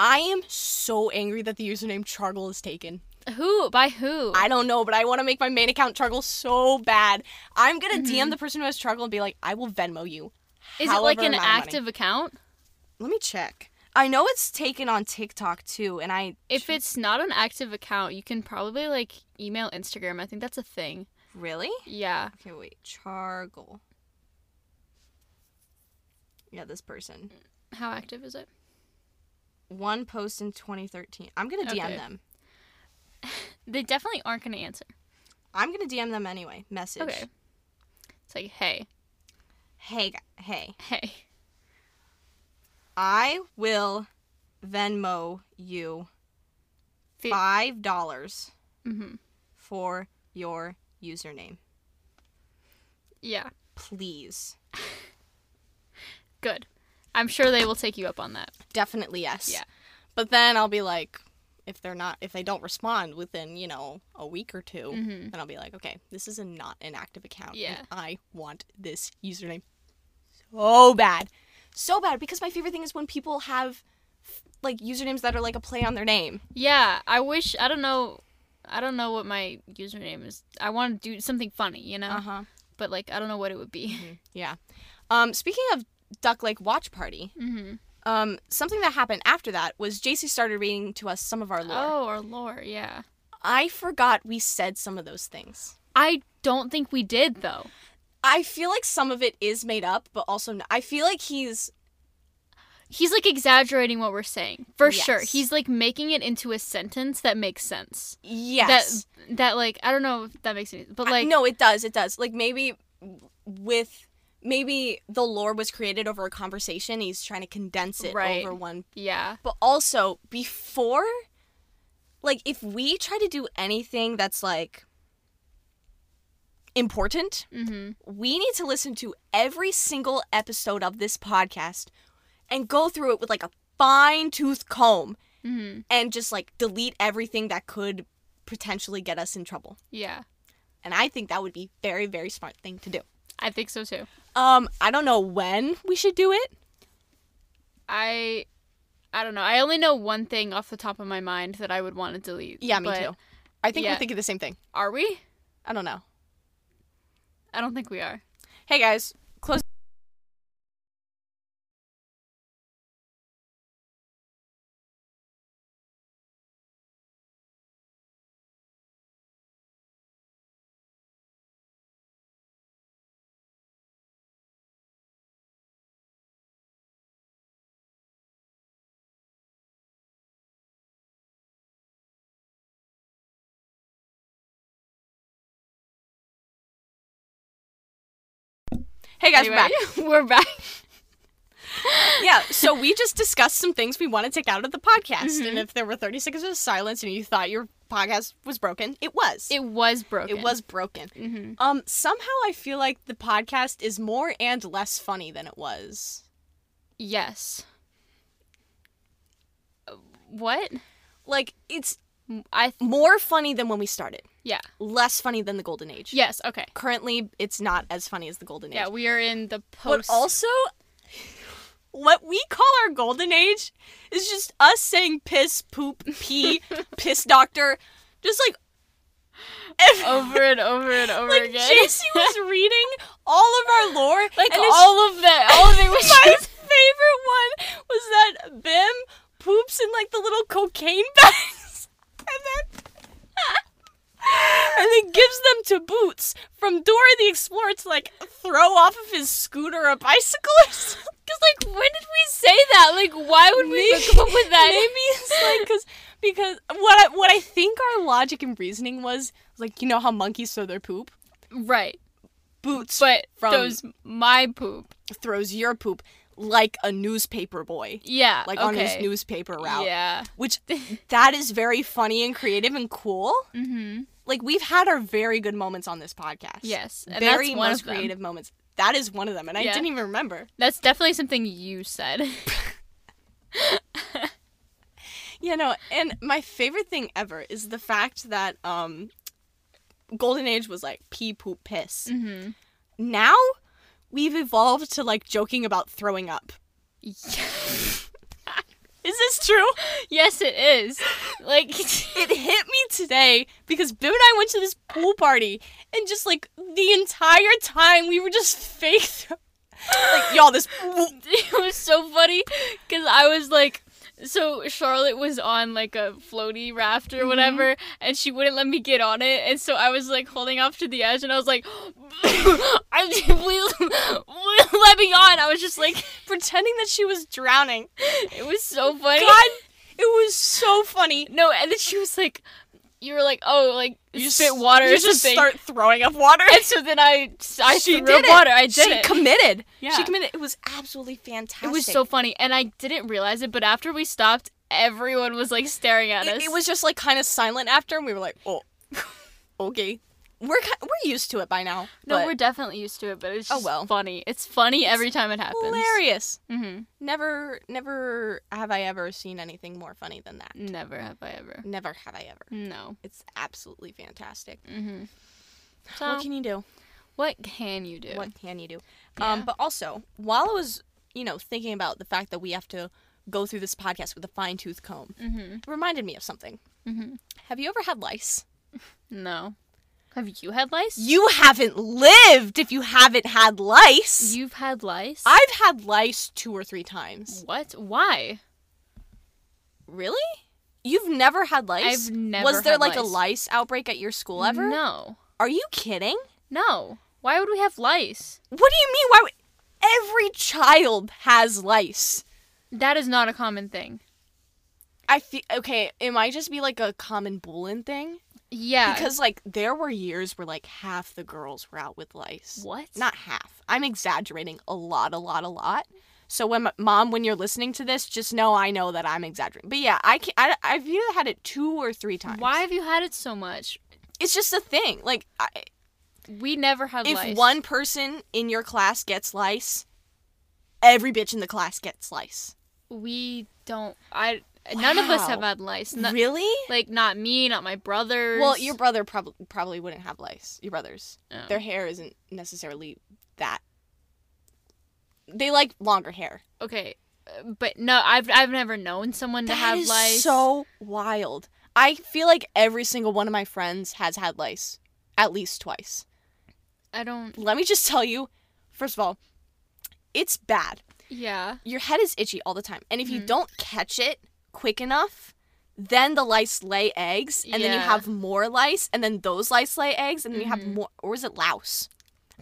I am so angry that the username Chargle is taken. Who by who? I don't know, but I want to make my main account Chargle so bad. I'm gonna DM the person who has Chargle and be like, I will Venmo you. Mm-hmm. Is it like an however amount of money." active account? Let me check. I know it's taken on TikTok too, and I If it's not an active account, you can probably like email Instagram. I think that's a thing. really. Yeah. Okay, wait. Chargle. Yeah, this person. How active is it? One post in 2013. I'm going to DM Okay. them. They definitely aren't going to answer. I'm going to DM them anyway. Message. Okay. It's like, hey, Hey, gu- hey. hey. I will Venmo you Fi- $5 hmm for your username. Yeah, Please. good. I'm sure they will take you up on that. Definitely yes. Yeah. But then I'll be like, if they're not if they don't respond within you know a week or 2 Mhm. then I'll be like, okay, this is a not an active account. and Yeah. I want this username so bad, so bad because my favorite thing is when people have like usernames that are like a play on their name. Yeah, I wish I don't know I don't know what my username is. I want to do something funny, you know? huh. But like I don't know what it would be. Yeah. Um, speaking of Duck Lake Watch Party, Mhm. um, something that happened after that was JC started reading to us some of our lore. Oh, or lore, yeah. I forgot we said some of those things. I don't think we did though. I feel like some of it is made up, but also n I I feel like he's He's like exaggerating what we're saying. For sure. Yes. He's like making it into a sentence that makes sense. yes. That that like I don't know if that makes any but I- like no, it does. It does. Like maybe w- with maybe the lore was created over a conversation. He's trying to condense it Right. over one. yeah. But also before, like if we try to do anything that's like important, Mhm. we need to listen to every single episode of this podcast and go through it with like a fine tooth comb Mhm. and just like delete everything that could potentially get us in trouble. Yeah. And I think that would be very very smart thing to do. I think so too. Um I don't know when we should do it. I I don't know. I only know one thing off the top of my mind that I would want to delete. Yeah, me but too. I think yeah. we're thinking the same thing. Are we? I don't know. I don't think we are. Hey guys, close Hey guys, we're back. Anyway, we're back. yeah, so we just discussed some things we want to take out of the podcast. And if there were 30 seconds of silence and you thought your podcast was broken, it was. It was broken. It was broken. hmm Um, somehow I feel like the podcast is more and less funny than it was. Yes. What? Like it's I. more funny than when we started, yeah. less funny than the golden age. Yes. Okay. Currently, it's not as funny as the golden age. Yeah, we are in the but post. also, what we call our golden age is just us saying piss, poop, pee, piss doctor, just like. every- over and over and over like again. JC was reading all of our lore, like and it's all of that. All of it was. My favorite one was that Bim poops in like the little cocaine bags, and then and then gives them to Boots from Dora the Explorer to like throw off of his scooter or bicycle. Or something. Cause like when did we say that? Like, why would we Maybe- come up with that? Maybe it's like because because what I, what I think our logic and reasoning was like you know how monkeys throw their poop. Right. Boots But From- those my poop. throws your poop like a newspaper boy, Yeah. like okay. on his newspaper route. Yeah. Which that is very funny and creative and cool. Mm-hmm. Like we've had our very good moments on this podcast. Yes, and very that's one most of them. creative moments. That is one of them, and I Yeah. didn't even remember. That's definitely something you said. You know, and my favorite thing ever is the fact that um, Golden Age was like pee poop piss. mm-hmm. Now we've evolved to like joking about throwing up. Is this true? yes, it is. Like, it hit me today because Bim and I went to this pool party, and just like the entire time we were just fake. thro- like y'all, this it was so funny because I was like, so Charlotte was on like a floaty raft Mm-hmm. or whatever, and she wouldn't let me get on it, and so I was like holding off to the edge, and I was like, I please, please let me on. I was just like, pretending that she was drowning. it was so funny. God, it was so funny. No, and then she was like, you were like, oh, like you spit s- water You or just something. start throwing up water. and so then I, I She threw did it. water. I did she it. committed. Yeah. She committed. It was absolutely fantastic. It was so funny, and I didn't realize it, but after we stopped, everyone was like staring at It, us. it was just like kind of silent after, and we were like, oh, okay. we're ki- we're used to it by now. No, but we're definitely used to it, but it's Oh, just well. funny. It's funny every time it happens. hilarious. hmm Never, never have I ever seen anything more funny than that. Never have I ever. Never have I ever. No. It's absolutely fantastic. Mm-hmm. what So, can you do? what can you do? What can you do? Yeah. Um, but also, while I was, you know, thinking about the fact that we have to go through this podcast with a fine tooth comb, Mm-hmm. it reminded me of something. Mm-hmm. Have you ever had lice? No. Have you had lice? You haven't lived if you haven't had lice. You've had lice? I've had lice two or three times. What? Why? Really? You've never had lice? I've never Was there had like a lice outbreak at your school ever? No. Are you kidding? No. Why would we have lice? What do you mean? Why? Would... Every child has lice. That is not a common thing. I feel okay. It might just be like a common Bulin thing Yeah. because like there were years where like half the girls were out with lice. what? Not half. I'm exaggerating a lot, a lot, a lot. So when my, mom, when you're listening to this, just know I know that I'm exaggerating. But yeah, I can, I, I've either had it two or three times. Why have you had it so much? It's just a thing. Like I, We never had if lice. one person in your class gets lice, every bitch in the class gets lice. we don't. I. None of us Wow. have had lice. No- really? Like not me, not my brothers. Well, your brother probably probably wouldn't have lice. Your brothers, Oh. their hair isn't necessarily that. They like longer hair. okay, uh, but no, I've I've never known someone to have lice. so wild. I feel like every single one of my friends has had lice at least twice. I don't. Let me just tell you, first of all, it's bad. Yeah. your head is itchy all the time. And if you Mhm. don't catch it quick enough, then the lice lay eggs, and then you Yeah. have more lice, and then those lice lay eggs, and then you have Mhm. more. Or is it louse?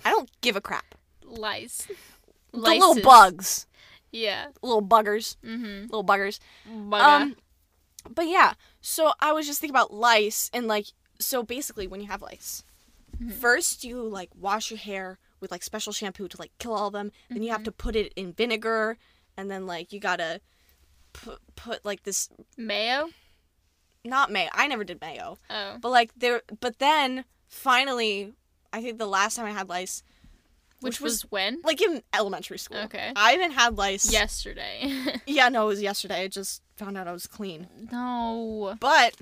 I don't give a crap. Lice. The little Lices. bugs, Yeah. little buggers, Mm-hmm. little buggers. Um. Um, but yeah. So I was just thinking about lice, and like, so basically, when you have lice, first you like wash your hair with like special shampoo to like kill all them. Then you have to put it in vinegar, and then like you gotta put put like this Mayo. not mayo. I never did mayo, Oh. but like there. But then finally, I think the last time I had lice, Which, which was, when? like in elementary school. Okay. I haven't had lice. Yesterday. Yeah. No, it was yesterday. I just found out I was clean. no. But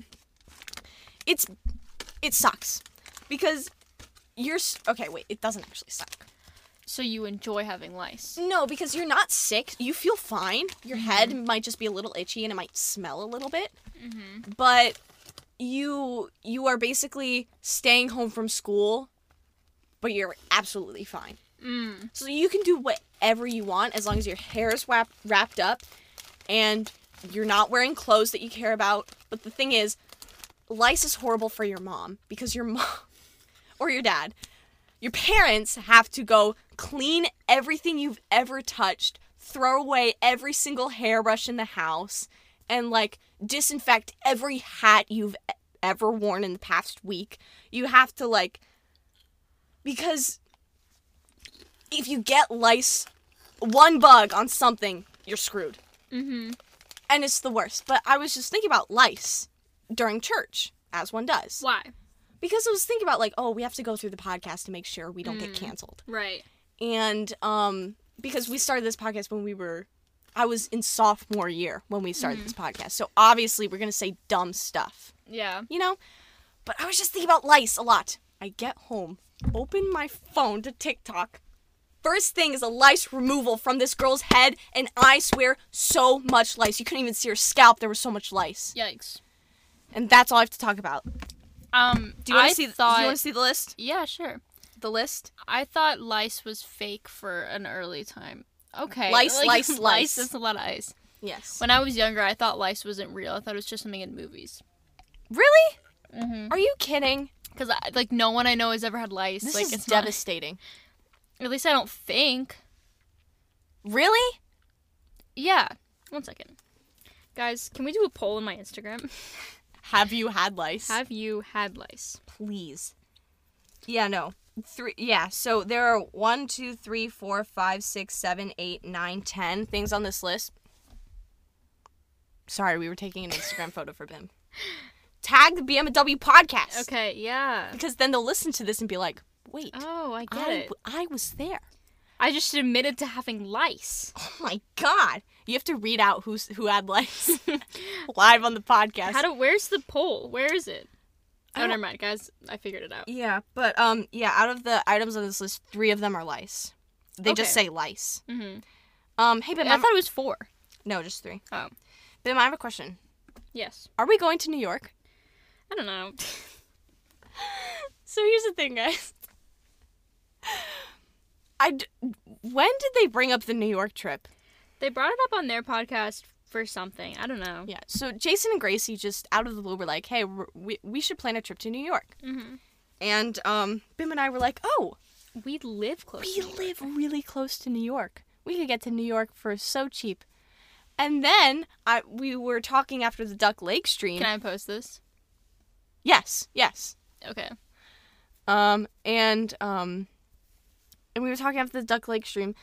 it's it sucks because you're s- okay. Wait, it doesn't actually suck. So you enjoy having lice. No, because you're not sick. You feel fine. Your head might just be a little itchy and it might smell a little bit. But you you are basically staying home from school, but you're absolutely fine. Mm. So you can do whatever you want as long as your hair is wrap, wrapped up and you're not wearing clothes that you care about. But the thing is, lice is horrible for your mom because your mom or your dad, your parents have to go clean everything you've ever touched, throw away every single hairbrush in the house, and like disinfect every hat you've e- ever worn in the past week. You have to like because if you get lice, one bug on something, you're screwed. Mm-hmm. And it's the worst. But I was just thinking about lice during church, as one does. Why? Because I was thinking about, like, oh, we have to go through the podcast to make sure we don't get canceled. Right. And um, because we started this podcast when we were, I was in sophomore year when we started this podcast. So obviously we're going to say dumb stuff Yeah. you know? But I was just thinking about lice a lot. I get home, open my phone to TikTok. First thing is a lice removal from this girl's head, and I swear, so much lice. You couldn't even see her scalp. There was so much lice, Yikes. and that's all I have to talk about. Um. Do you want I to see? Thought, Do you want to see the list? Yeah. Sure. The list. I thought lice was fake for an early time. Okay. Lice, lice, lice. lice. That's a lot of ice. Yes. When I was younger, I thought lice wasn't real. I thought it was just something in movies. really? Mhm. Are you kidding? Because like no one I know has ever had lice. This like is it's not- devastating. at least I don't think. Really? Yeah. One second, guys. Can we do a poll on my Instagram? Have you had lice? Have you had lice? please. Yeah, no. Three yeah, so there are one, two, three, four, five, six, seven, eight, nine, ten things on this list. Sorry, we were taking an Instagram photo for Bim. tag the BMW podcast. Okay, yeah. Because then they'll listen to this and be like, wait, Oh, I get I, it. w- I was there. I just admitted to having lice. Oh my God. You have to read out who's who had lice live on the podcast. How do? Where's the poll? Where is it? I Oh, don't- never mind, guys. I figured it out. Yeah, but um, yeah. Out of the items on this list, three of them are lice. They just Okay. say lice. Mm-hmm. Um, hey, But Bim, I I thought it was four. no, just three. Oh. Bim, I have a question. Yes. Are we going to New York? I don't know. So here's the thing, guys. I d- when did they bring up the New York trip? they brought it up on their podcast for something. I don't know. Yeah. So Jason and Gracie just out of the blue were like, "Hey, we're, we we should plan a trip to New York." Mhm. And um, Bim and I were like, "Oh, We live close. we to New York. live really close to New York. We could get to New York for so cheap. And then I we were talking after the Duck Lake stream. Can I post this? yes, yes. Okay. Um and um and we were talking after the Duck Lake stream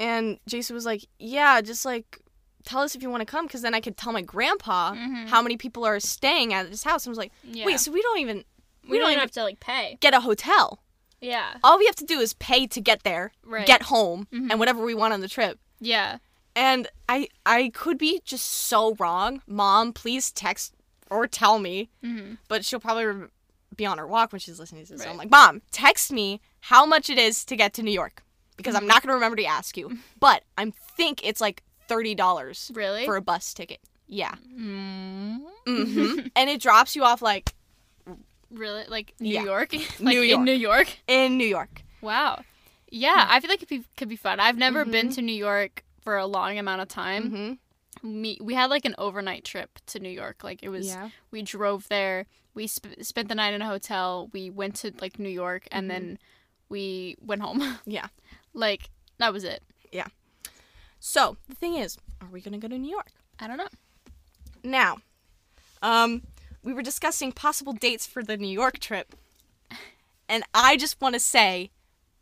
and Jason was like, "Yeah, just like tell us if you want to come cuz then I could tell my grandpa Mhm. how many people are staying at his house." And I was like, Yeah. "Wait, so we don't even we, we don't even don't even- have to like pay. get a hotel. Yeah. All we have to do is pay to get there, Right. get home, Mhm. and whatever we want on the trip." Yeah. and I I could be just so wrong. Mom, please text or tell me, Mm-hmm. but she'll probably re- be on her walk when she's listening to this. So I'm Right. like, Mom, text me how much it is to get to New York because Mm-hmm. I'm not gonna remember to ask you, but I think it's like thirty dollars Really? for a bus ticket. Yeah, Mm, hmm and it drops you off like really? Like New Yeah. York? like New in York. New York? in New York. Wow. Yeah, Hmm. I feel like it be- could be fun. I've never been to New York for a long amount of time. Mm-hmm. Me, we had like an overnight trip to New York. Like it was, Yeah. we drove there. We sp- spent the night in a hotel. We went to like New York, and Mm-hmm. then we went home. Yeah. like that was it. So the thing is, are we gonna go to New York? I don't know. Now, um, we were discussing possible dates for the New York trip, and I just want to say,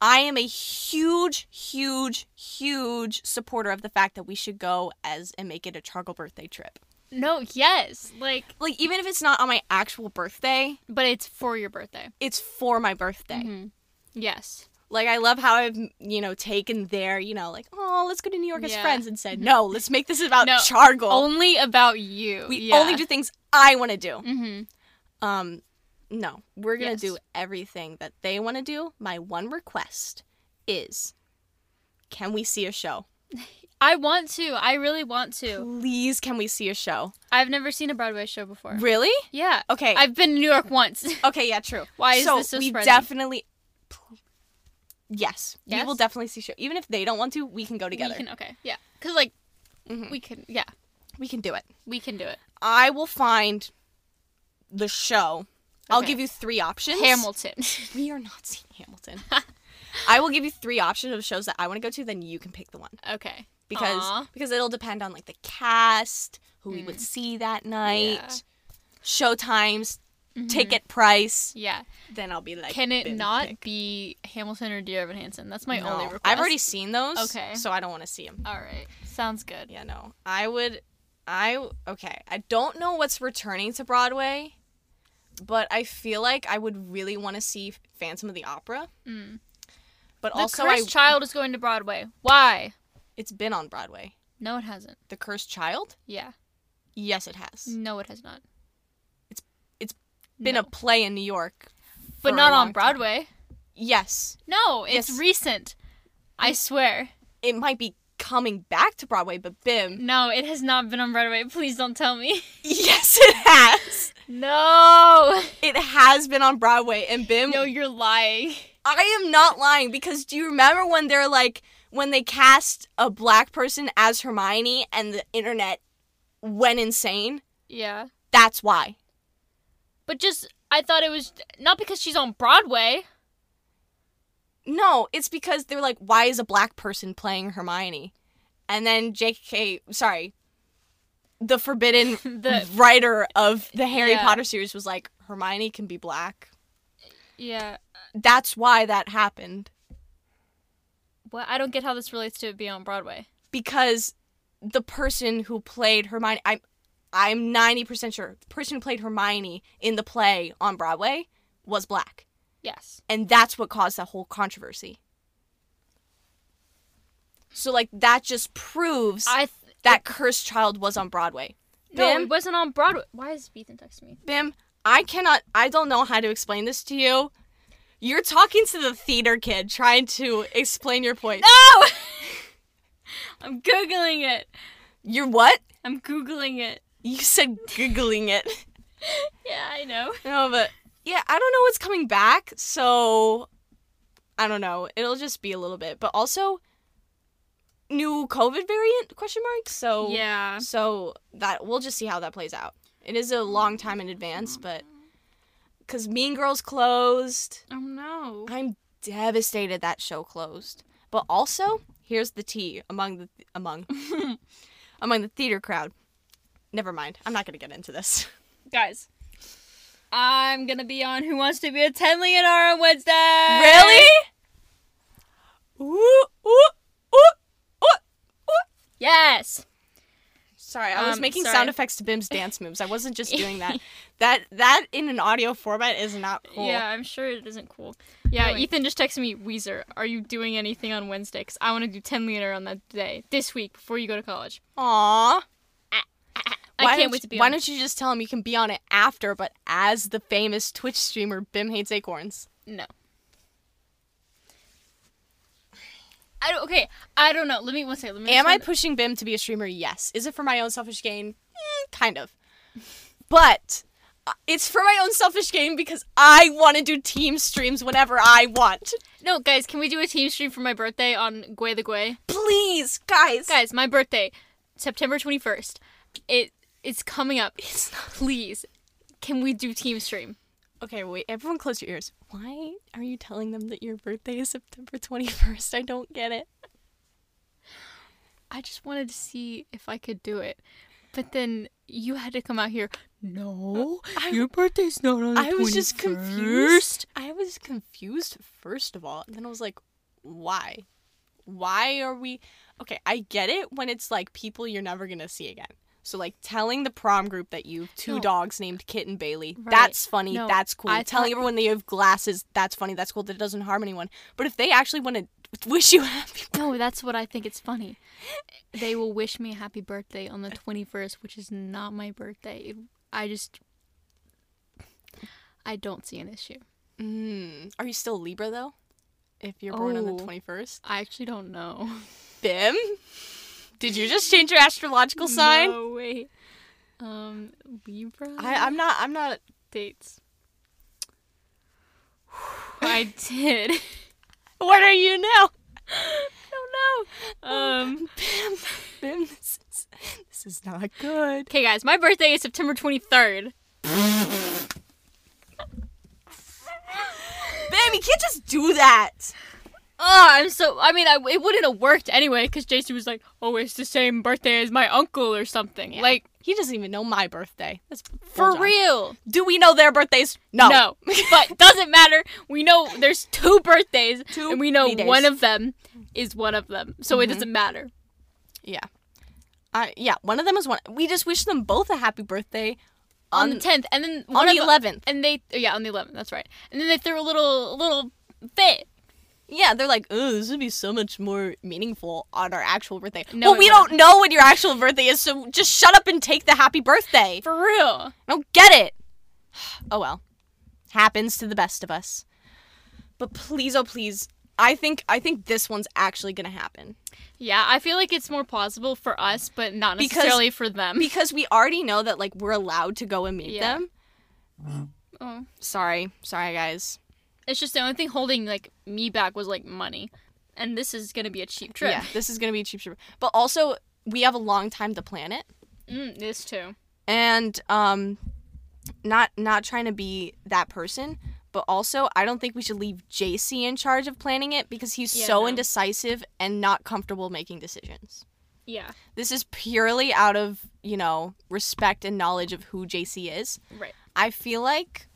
I am a huge, huge, huge supporter of the fact that we should go as and make it a charcoal birthday trip. No, yes, like, Like, even if it's not on my actual birthday, but it's for your birthday. it's for my birthday. Mhm. Yes. Like, I love how I've you know taken their you know like, oh, let's go to New York as Yeah. friends, and said, no, let's make this about No, charcoal. Only about you. we yeah. only do things I want to do. Mm-hmm. Um, no, we're gonna Yes. do everything that they want to do. My one request is, can we see a show? I want to. I really want to. Please, can we see a show? I've never seen a Broadway show before. Really? Yeah. Okay. I've been to New York once. okay. Yeah. True. Why is so this so we spreading? definitely. Yes, we Yes? will definitely see a show. Even if they don't want to, we can go together. We can, okay. Yeah. Because, like, Mhm. we can, yeah, we can do it. we can do it. I will find the show. I'll Okay. give you three options. Hamilton. We are not seeing Hamilton. I will give you three options of shows that I want to go to. Then you can pick the one. okay. because Aw. Mm. because it'll depend on like the cast, who we would see that night, Yeah. show times, ticket price. Yeah. Then I'll be like, Can it "Bin not pick." be Hamilton or Dear Evan Hansen? That's my No. only request. I've already seen those. Okay. So I don't want to see them. All right. Sounds good. Yeah, no. I would. I okay. I don't know what's returning to Broadway, but I feel like I would really want to see Phantom of the Opera. Mm. But The also, I Cursed Child is going to Broadway. Why? it's been on Broadway. No, it hasn't. The Cursed Child. Yeah. Yes, it has. No, it has not. It's- it's Been No. a play in New York. But for a not long on time. Broadway. Yes, No, it's Yes. Mm. recent. I swear. it might be coming back to Broadway, but Bim, No, it has not been on Broadway. Please don't tell me. yes, it has. No. It has been on Broadway, and Bim, No, you're lying. I am not lying because do you remember when they're like when they cast a black person as Hermione and the internet went insane? Yeah. That's why. But just I thought it was not because she's on Broadway. No, it's because they're like, why is a black person playing Hermione? And then J.K. Sorry, the forbidden The writer of the Harry Yeah. Potter series was like, Hermione can be black. Yeah. That's why that happened. What I don't get how this relates to it being on Broadway. because the person who played Hermione, I, I'm 90% sure the person who played Hermione in the play on Broadway was black. Yes. And that's what caused that whole controversy. So, like, that just proves I th- that Cursed Child was on Broadway. no, Bim, it wasn't on Broadway. Why is Ethan texting me? Bim, I cannot, I don't know how to explain this to you. You're talking to the theater kid trying to explain your point. No. I'm googling it. You're what? I'm googling it. You said Googling it. Yeah, I know. No, but yeah, I don't know what's coming back, so I don't know. It'll just be a little bit, but also new COVID variant question mark. So Yeah. so that we'll just see how that plays out. It is a long time in advance, but because Mean Girls closed, Oh no. I'm devastated that show closed. But also, here's the tea among the among among the theater crowd. Never mind. I'm not gonna get into this. Guys, I'm gonna be on Who Wants to Be a Ten Leonard on Wednesday. Really? Ooh, ooh, ooh, ooh. Yes. Sorry, I was Um, making sorry. sound effects to Bim's dance moves. I wasn't just doing that. that that in an audio format is not cool. Yeah, I'm sure it isn't cool. Yeah, Really. Ethan just texted me, Weezer, are you doing anything on Wednesday? Because I want to do 10 Leonard on that day, this week, before you go to college. Aw. I can't wait don't you- to be Why on don't you just tell him you can be on it after, but as the famous Twitch streamer Bim hates acorns? No. I don't, okay, I don't know. Let me, one second. Let me Am I respond. pushing Bim to be a streamer? Yes. Is it for my own selfish gain? Mm, kind of. But uh, it's for my own selfish gain because I want to do team streams whenever I want. No, guys, can we do a team stream for my birthday on Gwei the Gwei? Please, guys. Guys, my birthday, September 21st. It It's coming up. It's not- Please, can we do team stream? Okay, wait. Everyone close your ears. Why are you telling them that your birthday is September 21st? I don't get it. I just wanted to see if I could do it. But then you had to come out here. No, Uh, I- your birthday's not on the I was 21st." just confused. I was confused first of all. And then I was like, why? Why are we Okay, I get it when it's like people you're never going to see again. So like telling the prom group that you've two No. dogs named Kit and Bailey. Right. That's funny. No, that's cool. I telling thought- everyone that you have glasses. That's funny. That's cool. That doesn't harm anyone. But if they actually want to wish you happy No, that's what I think it's funny. They will wish me a happy birthday on Uh, the 21st, which is not my birthday. It- I just. I don't see an issue. Mm. Are you still Libra though? If you're born on Oh. the 21st? I actually don't know. Bim? Did you just change your astrological sign? No, wait. Um, Libra? I, I'm not I'm not dates. I did. What are you now? I don't know. Um, Bim, Bim, this is, this is not good. okay, guys, my birthday is September 23rd. Bim, you can't just do that. Oh, I'm so. I mean, I, it wouldn't have worked anyway because Jason was like, "Oh, it's the same birthday as my uncle or something." Like He doesn't even know my birthday. That's for hold on. real. Do we know their birthdays? No. No, but doesn't matter. We know there's two birthdays, Two and we know B-days. Mm-hmm. one of them is one of them, so it doesn't matter. Yeah. I yeah. One of them is one. We just wish them both a happy birthday. On, On the 10th, and then on one the of eleventh. and they yeah on the 11th. That's right. And then they threw a little a little fit. Yeah, they're like, oh, this would be so much more meaningful on our actual birthday. No, well, it we don't know when your actual birthday is, so just shut up and take the happy birthday. For real. I don't get it. Oh well. Happens to the best of us. But please, oh please, I think I think this one's actually gonna happen. Yeah, I feel like it's more plausible for us, but not Because- necessarily for them. Because we already know that like we're allowed to go and meet Yeah. them. oh. Sorry. Sorry guys. It's just the only thing holding like me back was like money, and this is gonna be a cheap trip. Yeah, this is gonna be a cheap trip. But also we have a long time to plan it. Mm, this too. And um not not trying to be that person, but also I don't think we should leave JC in charge of planning it because he's Yeah, so no. indecisive and not comfortable making decisions. Yeah. This is purely out of, you know, respect and knowledge of who JC is. Right. I feel like.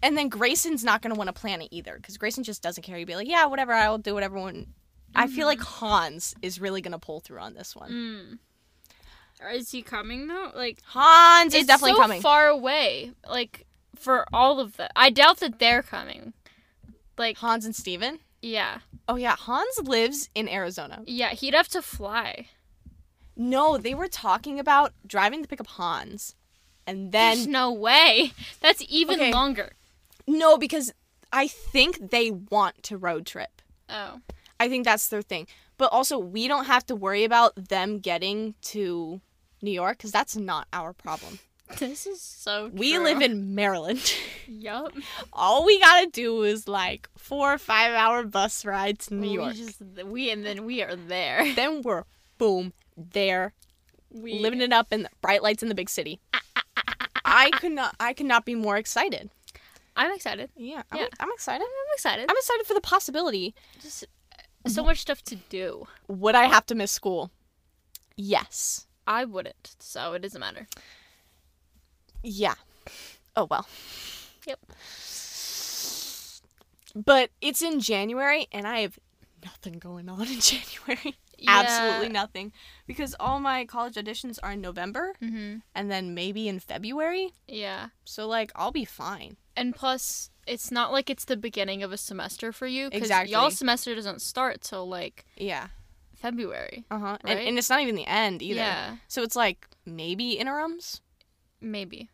And then Grayson's not going to want to plan it either because Grayson just doesn't care. He'd be like, yeah, whatever, I'll do Mm-hmm. whatever. One. I feel like Hans is really going to pull through on this one. Mm. Is he coming though? Like Hans is it's definitely so coming. far away. Like for all of the, I doubt that they're coming. Like Hans and Steven? yeah, Oh yeah, Hans lives in Arizona. yeah, he'd have to fly. No, they were talking about driving to pick up Hans. And There's then no way. That's even Okay. longer. no, because I think they want to road trip. Oh, I think that's their thing. But also, we don't have to worry about them getting to New York cuz that's not our problem. this is so. True. We live in Maryland. Yup. All we got to do is like 4 or 5 hour bus rides to New York. We, just, we and then we are there. Then we're boom there We living it up in the bright lights in the big city. Ah, I could not. I could not be more excited. I'm excited. Yeah, I'm, Yeah. I'm excited. I'm excited. I'm excited for the possibility. just so much stuff to do. Would I have to miss school? Yes. I wouldn't, so it doesn't matter. Yeah. Oh well. Yep. But it's in January, and I have nothing going on in January. Absolutely nothing, because all my college auditions are in November, Mm-hmm. and then maybe in February. Yeah. So like, I'll be fine. And plus, it's not like it's the beginning of a semester for you because Exactly. y'all semester doesn't start till like Yeah. February. Uh huh. Right? And, and it's not even the end either. Yeah, So it's like maybe interims. maybe.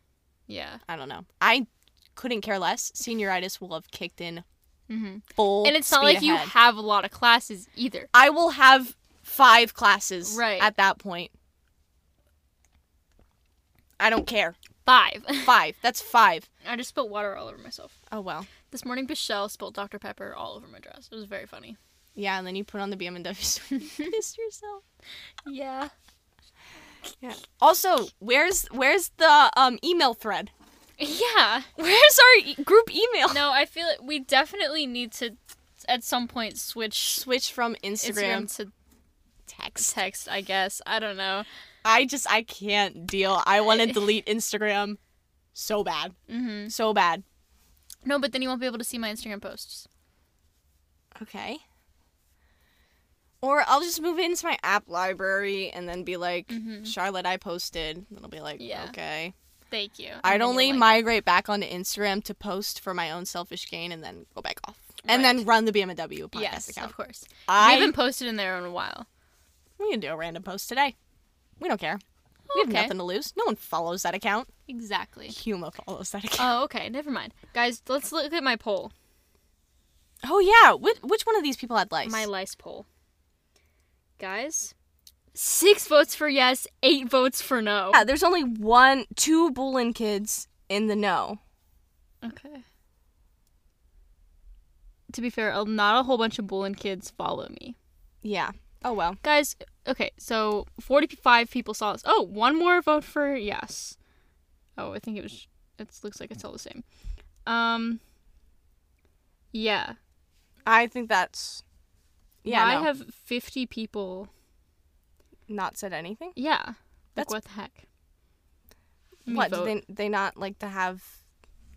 Yeah. I don't know. I couldn't care less. Senioritis will have kicked in Mm-hmm. full. And it's not speed like you ahead. have a lot of classes either. I will have five classes Right. at that point. I don't care. Five. Five. That's five. I just spilled water all over myself. Oh well. This morning, Michelle spilled Dr. Pepper all over my dress. It was very funny. Yeah, and then you put on the BMW suit and piss yourself. Yeah. Yeah. Also, where's where's the um email thread? Yeah. Where's our e- group email? No, I feel it. We definitely need to, at some point, switch Switch from Instagram, Instagram to text. text. I guess I don't know. I just I can't deal. I want to I- delete Instagram so bad. Mm-hmm. So bad. No, but then you won't be able to see my Instagram posts. Okay. Or I'll just move it into my app library and then be like, Mhm. Charlotte, I posted. And it'll be like, Yeah. okay. Thank you. And I'd then you'll only like migrate back onto Instagram to post for my own selfish gain and then go back off. And Right. then run the BMW it. podcast Yes, account. of course. I We haven't posted in there in a while. we can do a random post today. We don't care. We have Okay. nothing to lose. No one follows that account. Exactly. Huma follows that account. Oh, okay. Never mind, guys. Let's look at my poll. oh yeah, which, which one of these people had lice? My lice poll. Guys, six votes for yes, eight votes for no. yeah, there's only one, two Bolin kids in the know. Okay. To be fair, a- not a whole bunch of Bullen kids follow me. Yeah. Oh well. Guys, okay, so 45 people saw this. Oh, one more vote for yes. Oh, I think it was. It looks like it's all the same. Um. Yeah. I think that's yeah. I no, have 50 people. not said anything. Yeah. Like, That's- what the heck? Let me What do vote. they they not like to have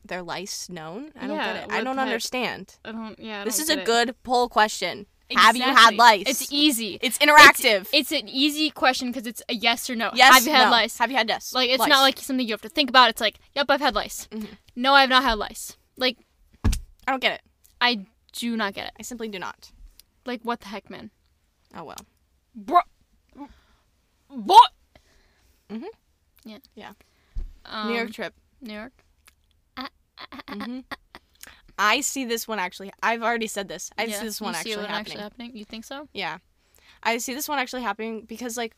their lice known? I don't Yeah, get it. what I don't the heck? understand. I don't. Yeah. I This don't is get a it. good poll question. Have you had Exactly. lice? It's easy. It's interactive. It's an easy question because it's a yes or no. yes. Have you had no. lice? Have you had lice? Like it's Lice. not like something you have to think about. It's like, yep, I've had lice. Mhm. No, I've not had lice. Like I don't get it. I do not get it. I simply do not. Like what the heck, man? Oh well. Bro, what? Mhm. Yeah. Yeah. Um, New York trip. New York. Mhm. I see this one actually. I've already said this. I Yeah. see this one you actually see what happening. actually happening. You think so? Yeah. I see this one actually happening because like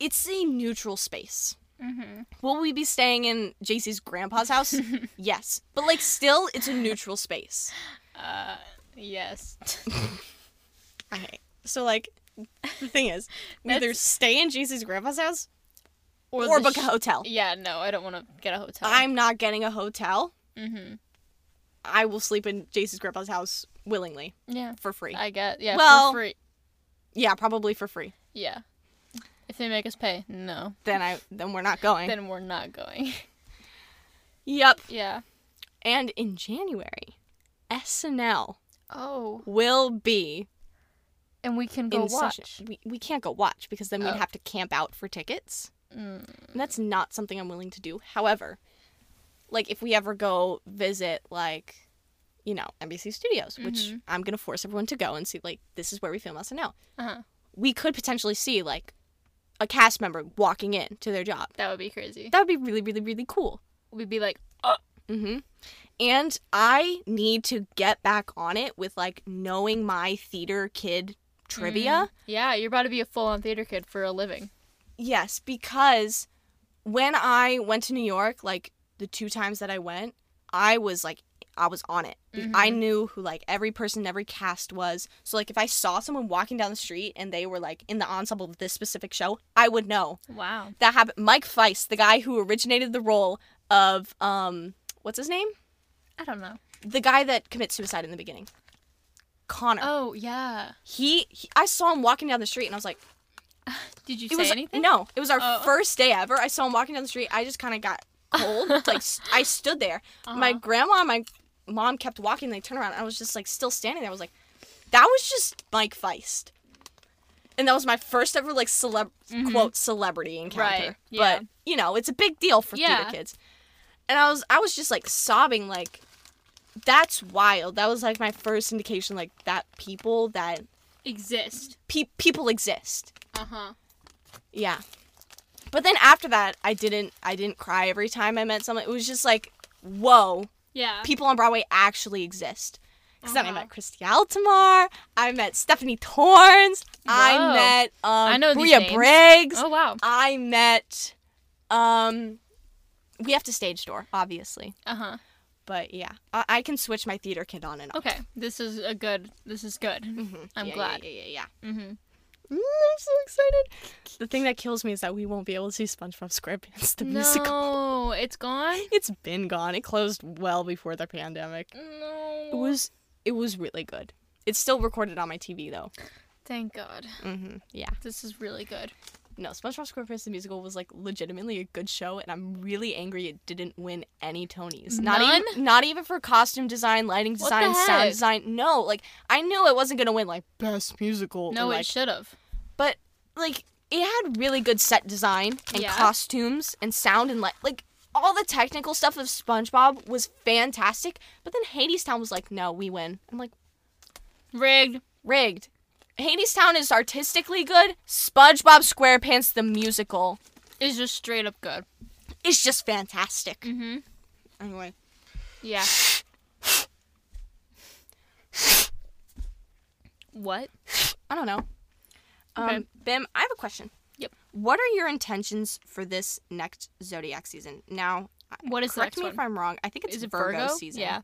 it's a neutral space. Mm-hmm. Will we be staying in JC's grandpa's house? yes. But like still it's a neutral space. Uh, yes. Okay. So like the thing is, we either That's- stay in JC's grandpa's house or, the book a sh- hotel. yeah. No, I don't want to get a hotel. I'm not getting a hotel. Mm-hmm. I will sleep in JC's grandpa's house willingly Yeah. for free. I get. Yeah. Well- for free. yeah, probably for free. Yeah. If they make us pay, no, Then I then we're not going. then we're not going. yep. yeah. And in January, SNL Oh. will be And we can in go watch. session. We, we can't go watch because then we'd Oh. have to camp out for tickets. Mm. And that's not something I'm willing to do. However, like if we ever go visit like you know, NBC Studios, Mm-hmm. which I'm going to force everyone to go and see like this is where we film SNL. Uh-huh. We could potentially see like a cast member walking in to their job. That would be crazy. That would be really really really cool. We'd be like, Mhm. And I need to get back on it with like knowing my theater kid trivia. Mm. Mm-hmm. yeah, you're about to be a full on theater kid for a living. Yes, because when I went to New York, like the two times that I went, I was like, I was on it. Be- I knew who like every person, every cast was. So like, if I saw someone walking down the street and they were like in the ensemble of this specific show, I would know. Wow. That happened. Mike Feist, the guy who originated the role of um, what's his name? I don't know. The guy that commits suicide in the beginning, Connor. Oh, yeah. He, he, I saw him walking down the street and I was like. Did you it say was anything? no it was our Oh. first day ever i saw him walking down the street i just kind of got cold like s- i stood there my Uh-huh. grandma and my mom kept walking they turned around and i was just like still standing there i was like that was just mike feist and that was my first ever like celeb quote celebrity encounter Mm-hmm. Right, yeah. but you know it's a big deal for Yeah. theater kids and i was i was just like sobbing like that's wild that was like my first indication like that people that Exist. pe- people exist Uh huh. yeah. But then after that, I didn't I didn't cry every time I met someone. It was just like, whoa, Yeah. people on Broadway actually exist. Because then I Uh-huh. met Christy Altamar, I met Stephanie Torrance, Whoa. I met um, know these Bria names. Briggs, oh, wow. I met um, we have to stage door obviously, Uh huh. but yeah, I, I can switch my theater kid on and off. Okay. This is a good. This is good. Oh, I'm Mm-hmm. Yeah, yeah, glad. Yeah, yeah, yeah. Mm-hmm. Mm, I'm so excited. The thing that kills me is that we won't be able to see SpongeBob SquarePants the musical. No, it's gone. It's been gone. It closed well before the pandemic. No. It was it was really good. It's still recorded on my TV though. Thank God. Mm-hmm. Yeah. This is really good. No, SpongeBob SquarePants the musical was like legitimately a good show, and I'm really angry it didn't win any Tonys. Not even not even for costume design, lighting What the design, heck? sound design. No, like I knew it wasn't gonna win like best musical. No, or, it like, should have. but like it had really good set design and Yeah. costumes and sound and like like all the technical stuff of SpongeBob was fantastic, but then Hades Town was like, no, we win. I'm like, Rigged. rigged. Hades Town is artistically good. SpongeBob SquarePants the musical It's just straight up good. is just fantastic. Mm-hmm. Anyway, Yeah. what? I don't know. Um, Okay. Bim, I have a question. Yep. What are your intentions for this next zodiac season? Now, What is the correct next me one? if I'm wrong. I think it's Is it Virgo, Virgo? season. Yeah.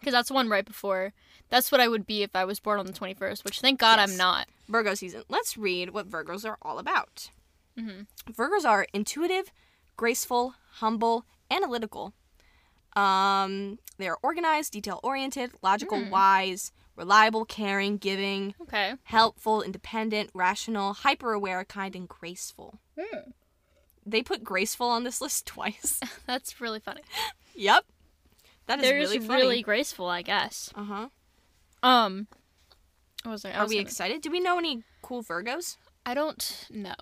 Because that's the one right before. That's what I would be if I was born on the 21st, which thank God I'm Yes. not. Virgo season. Let's read what Virgos are all about. Mhm. Virgos are intuitive, graceful, humble, analytical. Um, they are organized, detail oriented, logical, Hmm. wise, reliable, caring, giving, Okay. helpful, independent, rational, hyper aware, kind, and graceful. Hmm. They put graceful on this list twice. That's really funny. yep. That is They're really just funny. really graceful, I guess. uh huh. Um, what was I? I, Are was we gonna- excited? Do we know any cool Virgos? I don't know.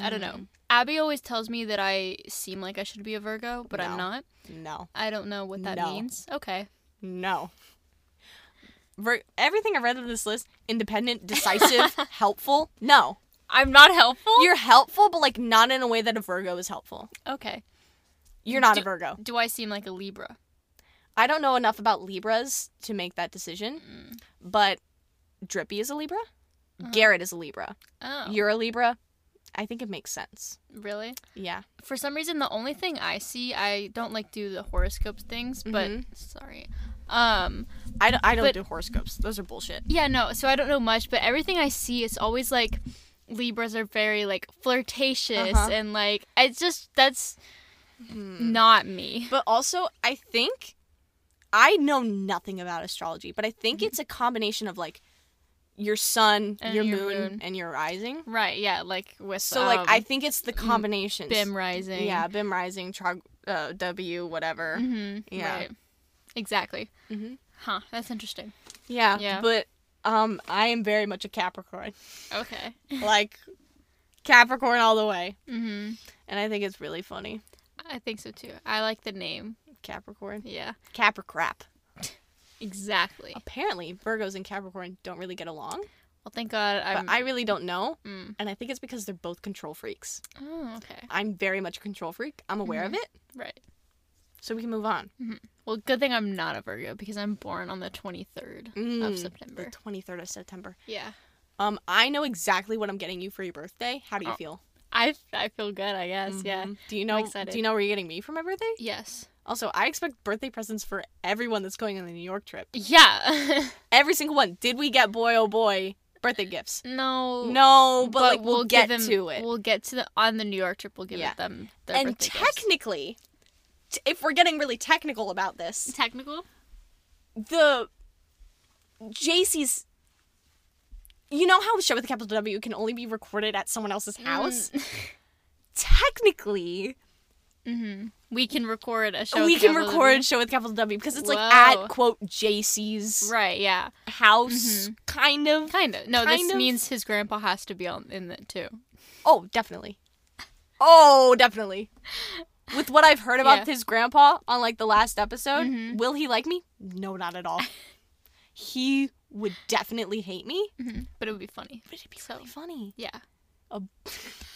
I don't Mm. know. Abby always tells me that I seem like I should be a Virgo, but I'm No. not. No. I don't know what that No. means. Okay. No. Ver- everything I read on this list independent, decisive, helpful. No. I'm not helpful. You're helpful, but like not in a way that a Virgo is helpful. okay. You're not a Virgo. Do I seem like a Libra? I don't know enough about Libras to make that decision, Mm. but Drippy is a Libra. Garrett is a Libra. Uh-huh. Oh, You're a Libra. I think it makes sense. really? Yeah. For some reason, the only thing I see, I don't like do the horoscopes things, but Mhm. sorry. Um, I don't, I don't But- do horoscopes. Those are bullshit. yeah, no. So I don't know much, but everything I see, it's always like Libras are very like flirtatious Uh-huh. Hmm. and like it's just that's not me. But also, I think I know nothing about astrology, but I think it's a combination of like your sun, Mm-hmm. And your, your moon, moon. and your rising. Right? Yeah, like with So like um, I think it's the combinations. Bim rising. Yeah, Bim rising, trog- uh, W, whatever. hmm Yeah. Right. Exactly. Mhm. Huh. That's interesting. Yeah. Yeah. But um, I am very much a Capricorn. Okay. like Capricorn all the way. Mm-hmm. And I think it's really funny. I think so too. I like the name. Capricorn. Yeah. Capricrap. Exactly. Oh. Apparently, Virgos and Capricorn don't really get along, Well, thank God. but I'm. I really don't know. mm. And I think it's because they're both control freaks. Oh, okay. I'm very much a control freak. I'm aware Mm-hmm. of it. Right. So we can move on. Well, good thing I'm not a Virgo because I'm born on the 23rd Mm, of September. The 23rd of September. Yeah. Um, I know exactly what I'm getting you for your birthday. How do you Oh, feel? I, I feel good, I guess. Yeah. Mhm. Do you know? excited. Do you know where you're getting me for my birthday? Yes. Also, I expect birthday presents for everyone that's going on the New York trip. Yeah. Every single one. Did we get boy oh boy birthday gifts? no. No, but, like we'll, get give them, to it. We'll get to the on the New York trip. We'll give Yeah. it them their and birthday gifts. technically, t- if we're getting really technical about this, technical. the JC's. You know how a show with a capital W can only be recorded at someone else's Mm. house? Technically, hmm We can record a show. we with can capital record W. show with capital W because it's like Whoa. at quote JC's Right. Yeah. house, mm-hmm. kind of. Kind of. No, Kind this of. means his grandpa has to be on in it too. Oh, definitely. Oh, definitely. With what I've heard about Yeah. his grandpa on like the last episode, Mhm. will he like me? No, not at all. he would definitely hate me. hmm But it would be funny. But it'd be So- really funny. Yeah. Mm-hmm. A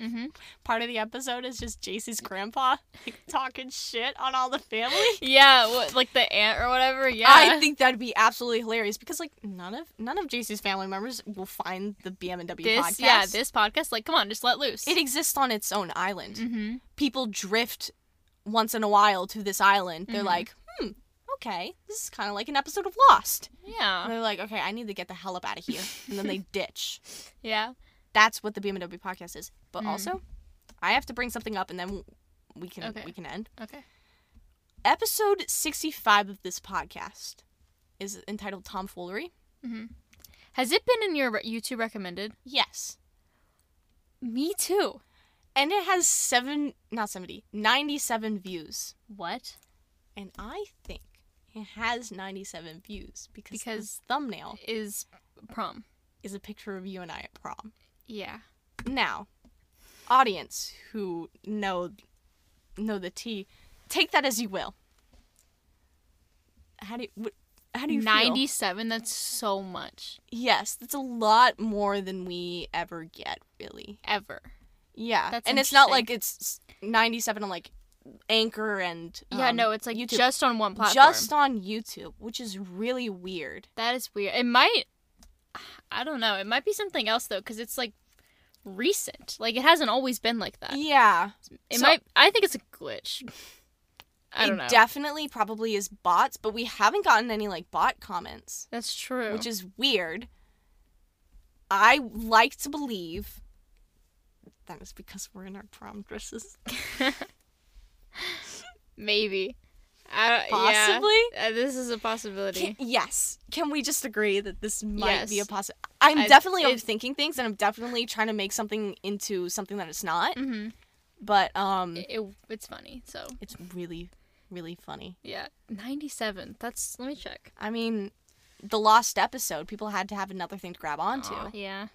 Mm-hmm. part of the episode is just JC's grandpa like, talking shit on all the family. Yeah. What, like the aunt or whatever. Yeah. I think that'd be absolutely hilarious because like none of none of JC's family members will find the BMW this. podcast. Yeah. This podcast. Like, come on, just let loose. it exists on its own island. Mm-hmm. people drift once in a while to this island. They're Mhm. like, hmm, okay, this is kind of like an episode of Lost. And Yeah. they're like, okay, I need to get the hell up out of here. And then they ditch. Yeah. That's what the BMW podcast is. But Mm. also, I have to bring something up, and then we can Okay. we can end. Okay. Episode sixty five of this podcast is entitled Tomfoolery. Has it been in your re- YouTube recommended? Yes. Me too. And it has seven, not 70, 97 views. What? And I think it has 97 views because, because Because- the thumbnail Is prom? is a picture of you and I at prom. Yeah. Now, audience who know know the tea, take that as you will. How do you wh- how do you feel? Ninety-seven. That's so much. Yes, that's a lot more than we ever get, really. Ever. Yeah, That's and it's not interesting. like it's ninety-seven on like Anchor and yeah. um, No. It's like YouTube. just on one platform. just on YouTube, which is really weird. That is weird. It might. I don't know. It might be something else though, because it's like recent. Like it hasn't always been like that. Yeah, It So- might. I think it's a glitch. I don't it know. definitely probably is bots, but we haven't gotten any like bot comments. That's true. which is weird. I like to believe that is because we're in our prom dresses. Maybe. I, Possibly. Yeah. Uh, this is a possibility. Can- yes. Can we just agree that this might be a Yes. possible? I'm I- definitely it- overthinking things, and I'm definitely trying to make something into something that it's not. hmm But um, It, it- it's funny. So it's really, really funny. yeah, ninety-seven. That's. Let me check. I mean, the lost episode, people had to have another thing to grab onto. Aw, yeah.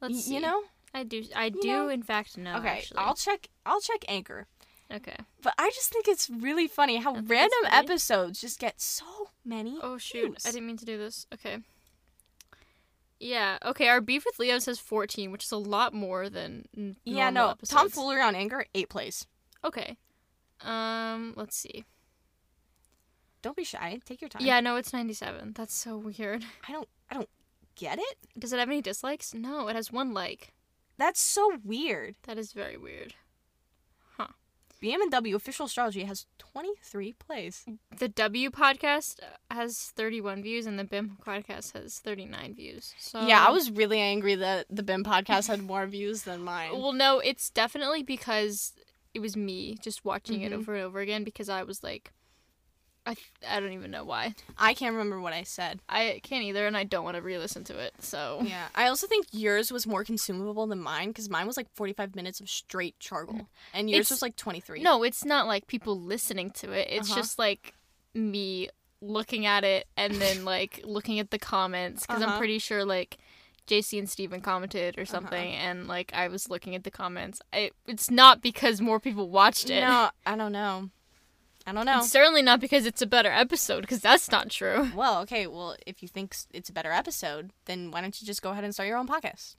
Let's Y- see. you know? I do. I do. know? in fact, know. okay, actually. I'll check. I'll check Anchor. Okay. But I just think it's really funny how think it's random funny. episodes just get so many. Oh shoot! views. I didn't mean to do this. Okay. Yeah. Okay. Our beef with Leo says fourteen, which is a lot more than n- yeah, normal no. Episodes. Tom Foolery on Anger, eight plays. Okay. Um. Let's see. Don't be shy. Take your time. Yeah. No, it's ninety-seven. That's so weird. I don't. I don't get it. Does it have any dislikes? No, it has one like. That's so weird. That is very weird. BMW official astrology has twenty three plays. The W podcast has thirty-one views, and the BIM podcast has thirty-nine views. So yeah, I was really angry that the BIM podcast had more views than mine. Well, no, it's definitely because it was me just watching it Mhm. over and over again because I was like, I, th- I don't even know why. I can't remember what I said. I can't either, and I don't want to re-listen to it. So Yeah, I also think yours was more consumable than mine because mine was like forty five minutes of straight chargal, and yours It's- was like twenty three. no, it's not like people listening to it. It's Uh-huh. just like me looking at it and then like looking at the comments because Uh-huh. I'm pretty sure like JC and Steven commented or something, and like I was looking at the comments. I, it's not because more people watched it. No, I don't know. I don't know. It's certainly not because it's a better episode, because that's not true. Well, okay. Well, if you think s- it's a better episode, then why don't you just go ahead and start your own podcast?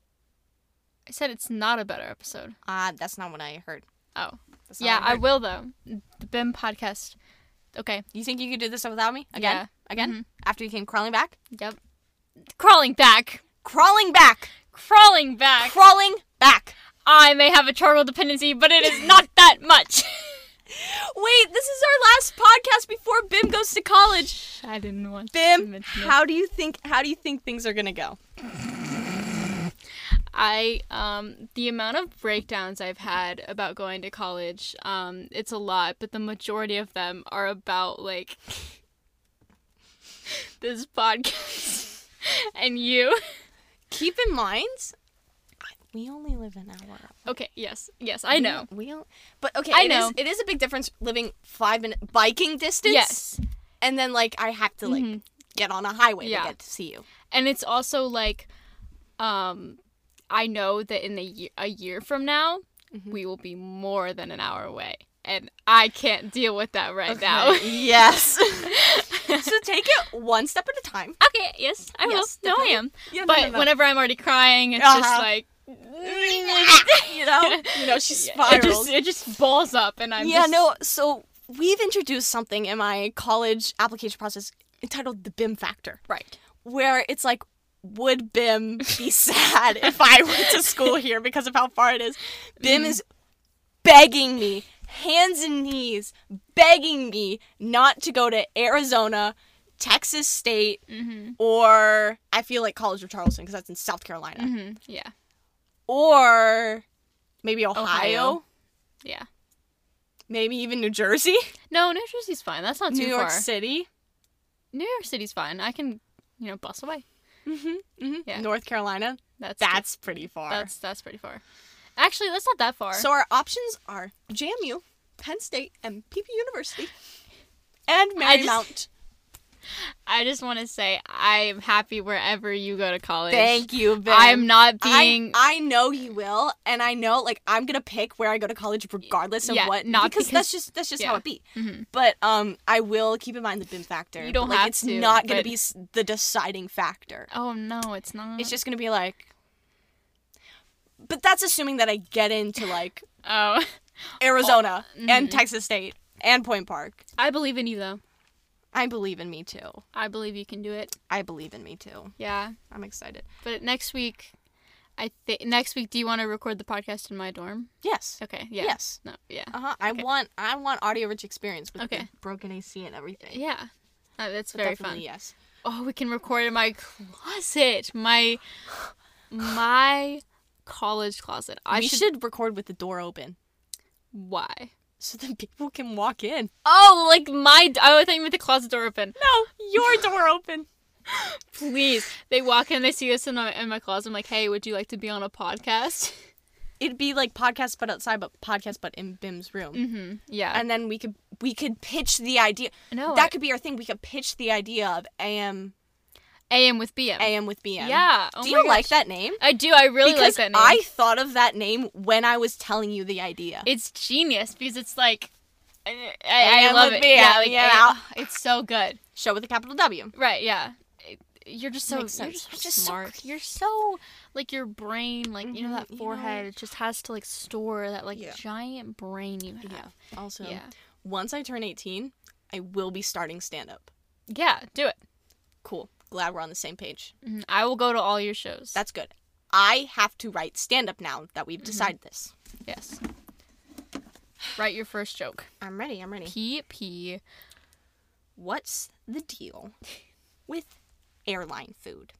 I said it's not a better episode. Ah, that's not what I heard. Oh. That's not Yeah, what I I heard. will though. The BIM podcast. Okay. You think you could do this without me again? Yeah. Again? After you came crawling back? Yep. Crawling back. Crawling back. Crawling back. Crawling back. I may have a charcoal dependency, but it is not that much. Wait, this is our last podcast before Bim goes to college. I didn't want to Bim, mention it. how do you think how do you think things are gonna go? I um the amount of breakdowns I've had about going to college, um, it's a lot, but the majority of them are about like this podcast and you. Keep in mind, I- we only live an hour. Okay, yes, yes, I know. We, don't, but okay, I it is- know. it is a big difference living five minute biking distance. Yes. Mm-hmm. and then like I have to like get on a highway Yeah. to get to see you. And it's also like um I know that in a year, a year from now, we will be more than an hour away. And I can't deal with that right now. Right, yes. so take it one step at a time. Okay, yes, I Yes, will. No, I am. Yeah, no, but no, no. whenever I'm already crying, it's just Uh-huh. like you know, you know, she it spirals. just it just balls up, and I'm yeah, just, no. So we've introduced something in my college application process entitled the BIM factor, right. where it's like, would BIM be sad if I went to school here because of how far it is? Mm-hmm. BIM is begging me, hands and knees, begging me not to go to Arizona, Texas State, Mm-hmm. or I feel like College of Charleston because that's in South Carolina, Mm-hmm. Yeah, or maybe Ohio, Ohio. yeah. maybe even New Jersey. No, New Jersey's fine. That's not too New York far. City, New York City's fine. I can, you know, bus away. Yeah. North Carolina. Eh. That's That's pretty far. that's that's pretty far. Actually, that's not that far. so our options are JMU, Penn State, and PP University, and just- Marymount. I just want to say I'm happy wherever you go to college. you, Ben. I'm not I- being I, know you will, and I know like I'm gonna pick where I go to college regardless of Yeah, what. not because, because- that's just that's just how yeah. Mm-hmm. it be. But um, I will keep in mind the BIM factor. You don't but, like, have It's to, not gonna but- be s- the deciding factor. Oh no, it's not. It's just gonna be like. But that's assuming that I get into like oh, Arizona mm-hmm. and Texas State and Point Park. I believe in you though. I believe in me too. I believe you can do it. I believe in me too. Yeah. I'm excited. But next week, I think next week. Do you want to record the podcast in my dorm? Yes. Okay. Yeah. Yes. No. Yeah. Uh huh. I want I want audio rich experience with Okay. the broken AC and everything. Yeah. Uh, that's So very fun. definitely Yes. Oh, we can record in my closet. My my college closet. I I we should... should, record with the door open Why? so that people can walk in. Oh, like my. Oh, I thought you meant the closet door open. No, your door open. Please. They walk in. They see us in my in my closet. I'm like, hey, would you like to be on a podcast? It'd be like podcast but outside, but podcast but in Bim's room. Mm-hmm. Yeah. And then we could we could pitch the idea. no. that could be our thing. We could pitch the idea of AM AM with BM. AM with BM. Yeah. Oh Do my you like gosh. that name? I do. I really because like that name. I thought of that name when I was telling you the idea. it's genius because it's like I, I, I AM love would it. be yeah, out, like, yeah, I- out. it's so good. Show with a capital W. Right? Yeah. It- you're just so Makes you're sense. just, It's just so smart. you're so like your brain, like you know Mhm, that you know forehead it just has to like store that like Yeah. giant brain you have. Yeah. Also, Yeah. once I turn 18, I will be starting stand up. do it. Cool. Glad we're on the same page. Mhm. I will go to all your shows. That's good. I have to write stand up now that Mm-hmm. we've decided this. yes. Write your first joke. I'm ready. I'm ready. P P. What's the deal with airline food?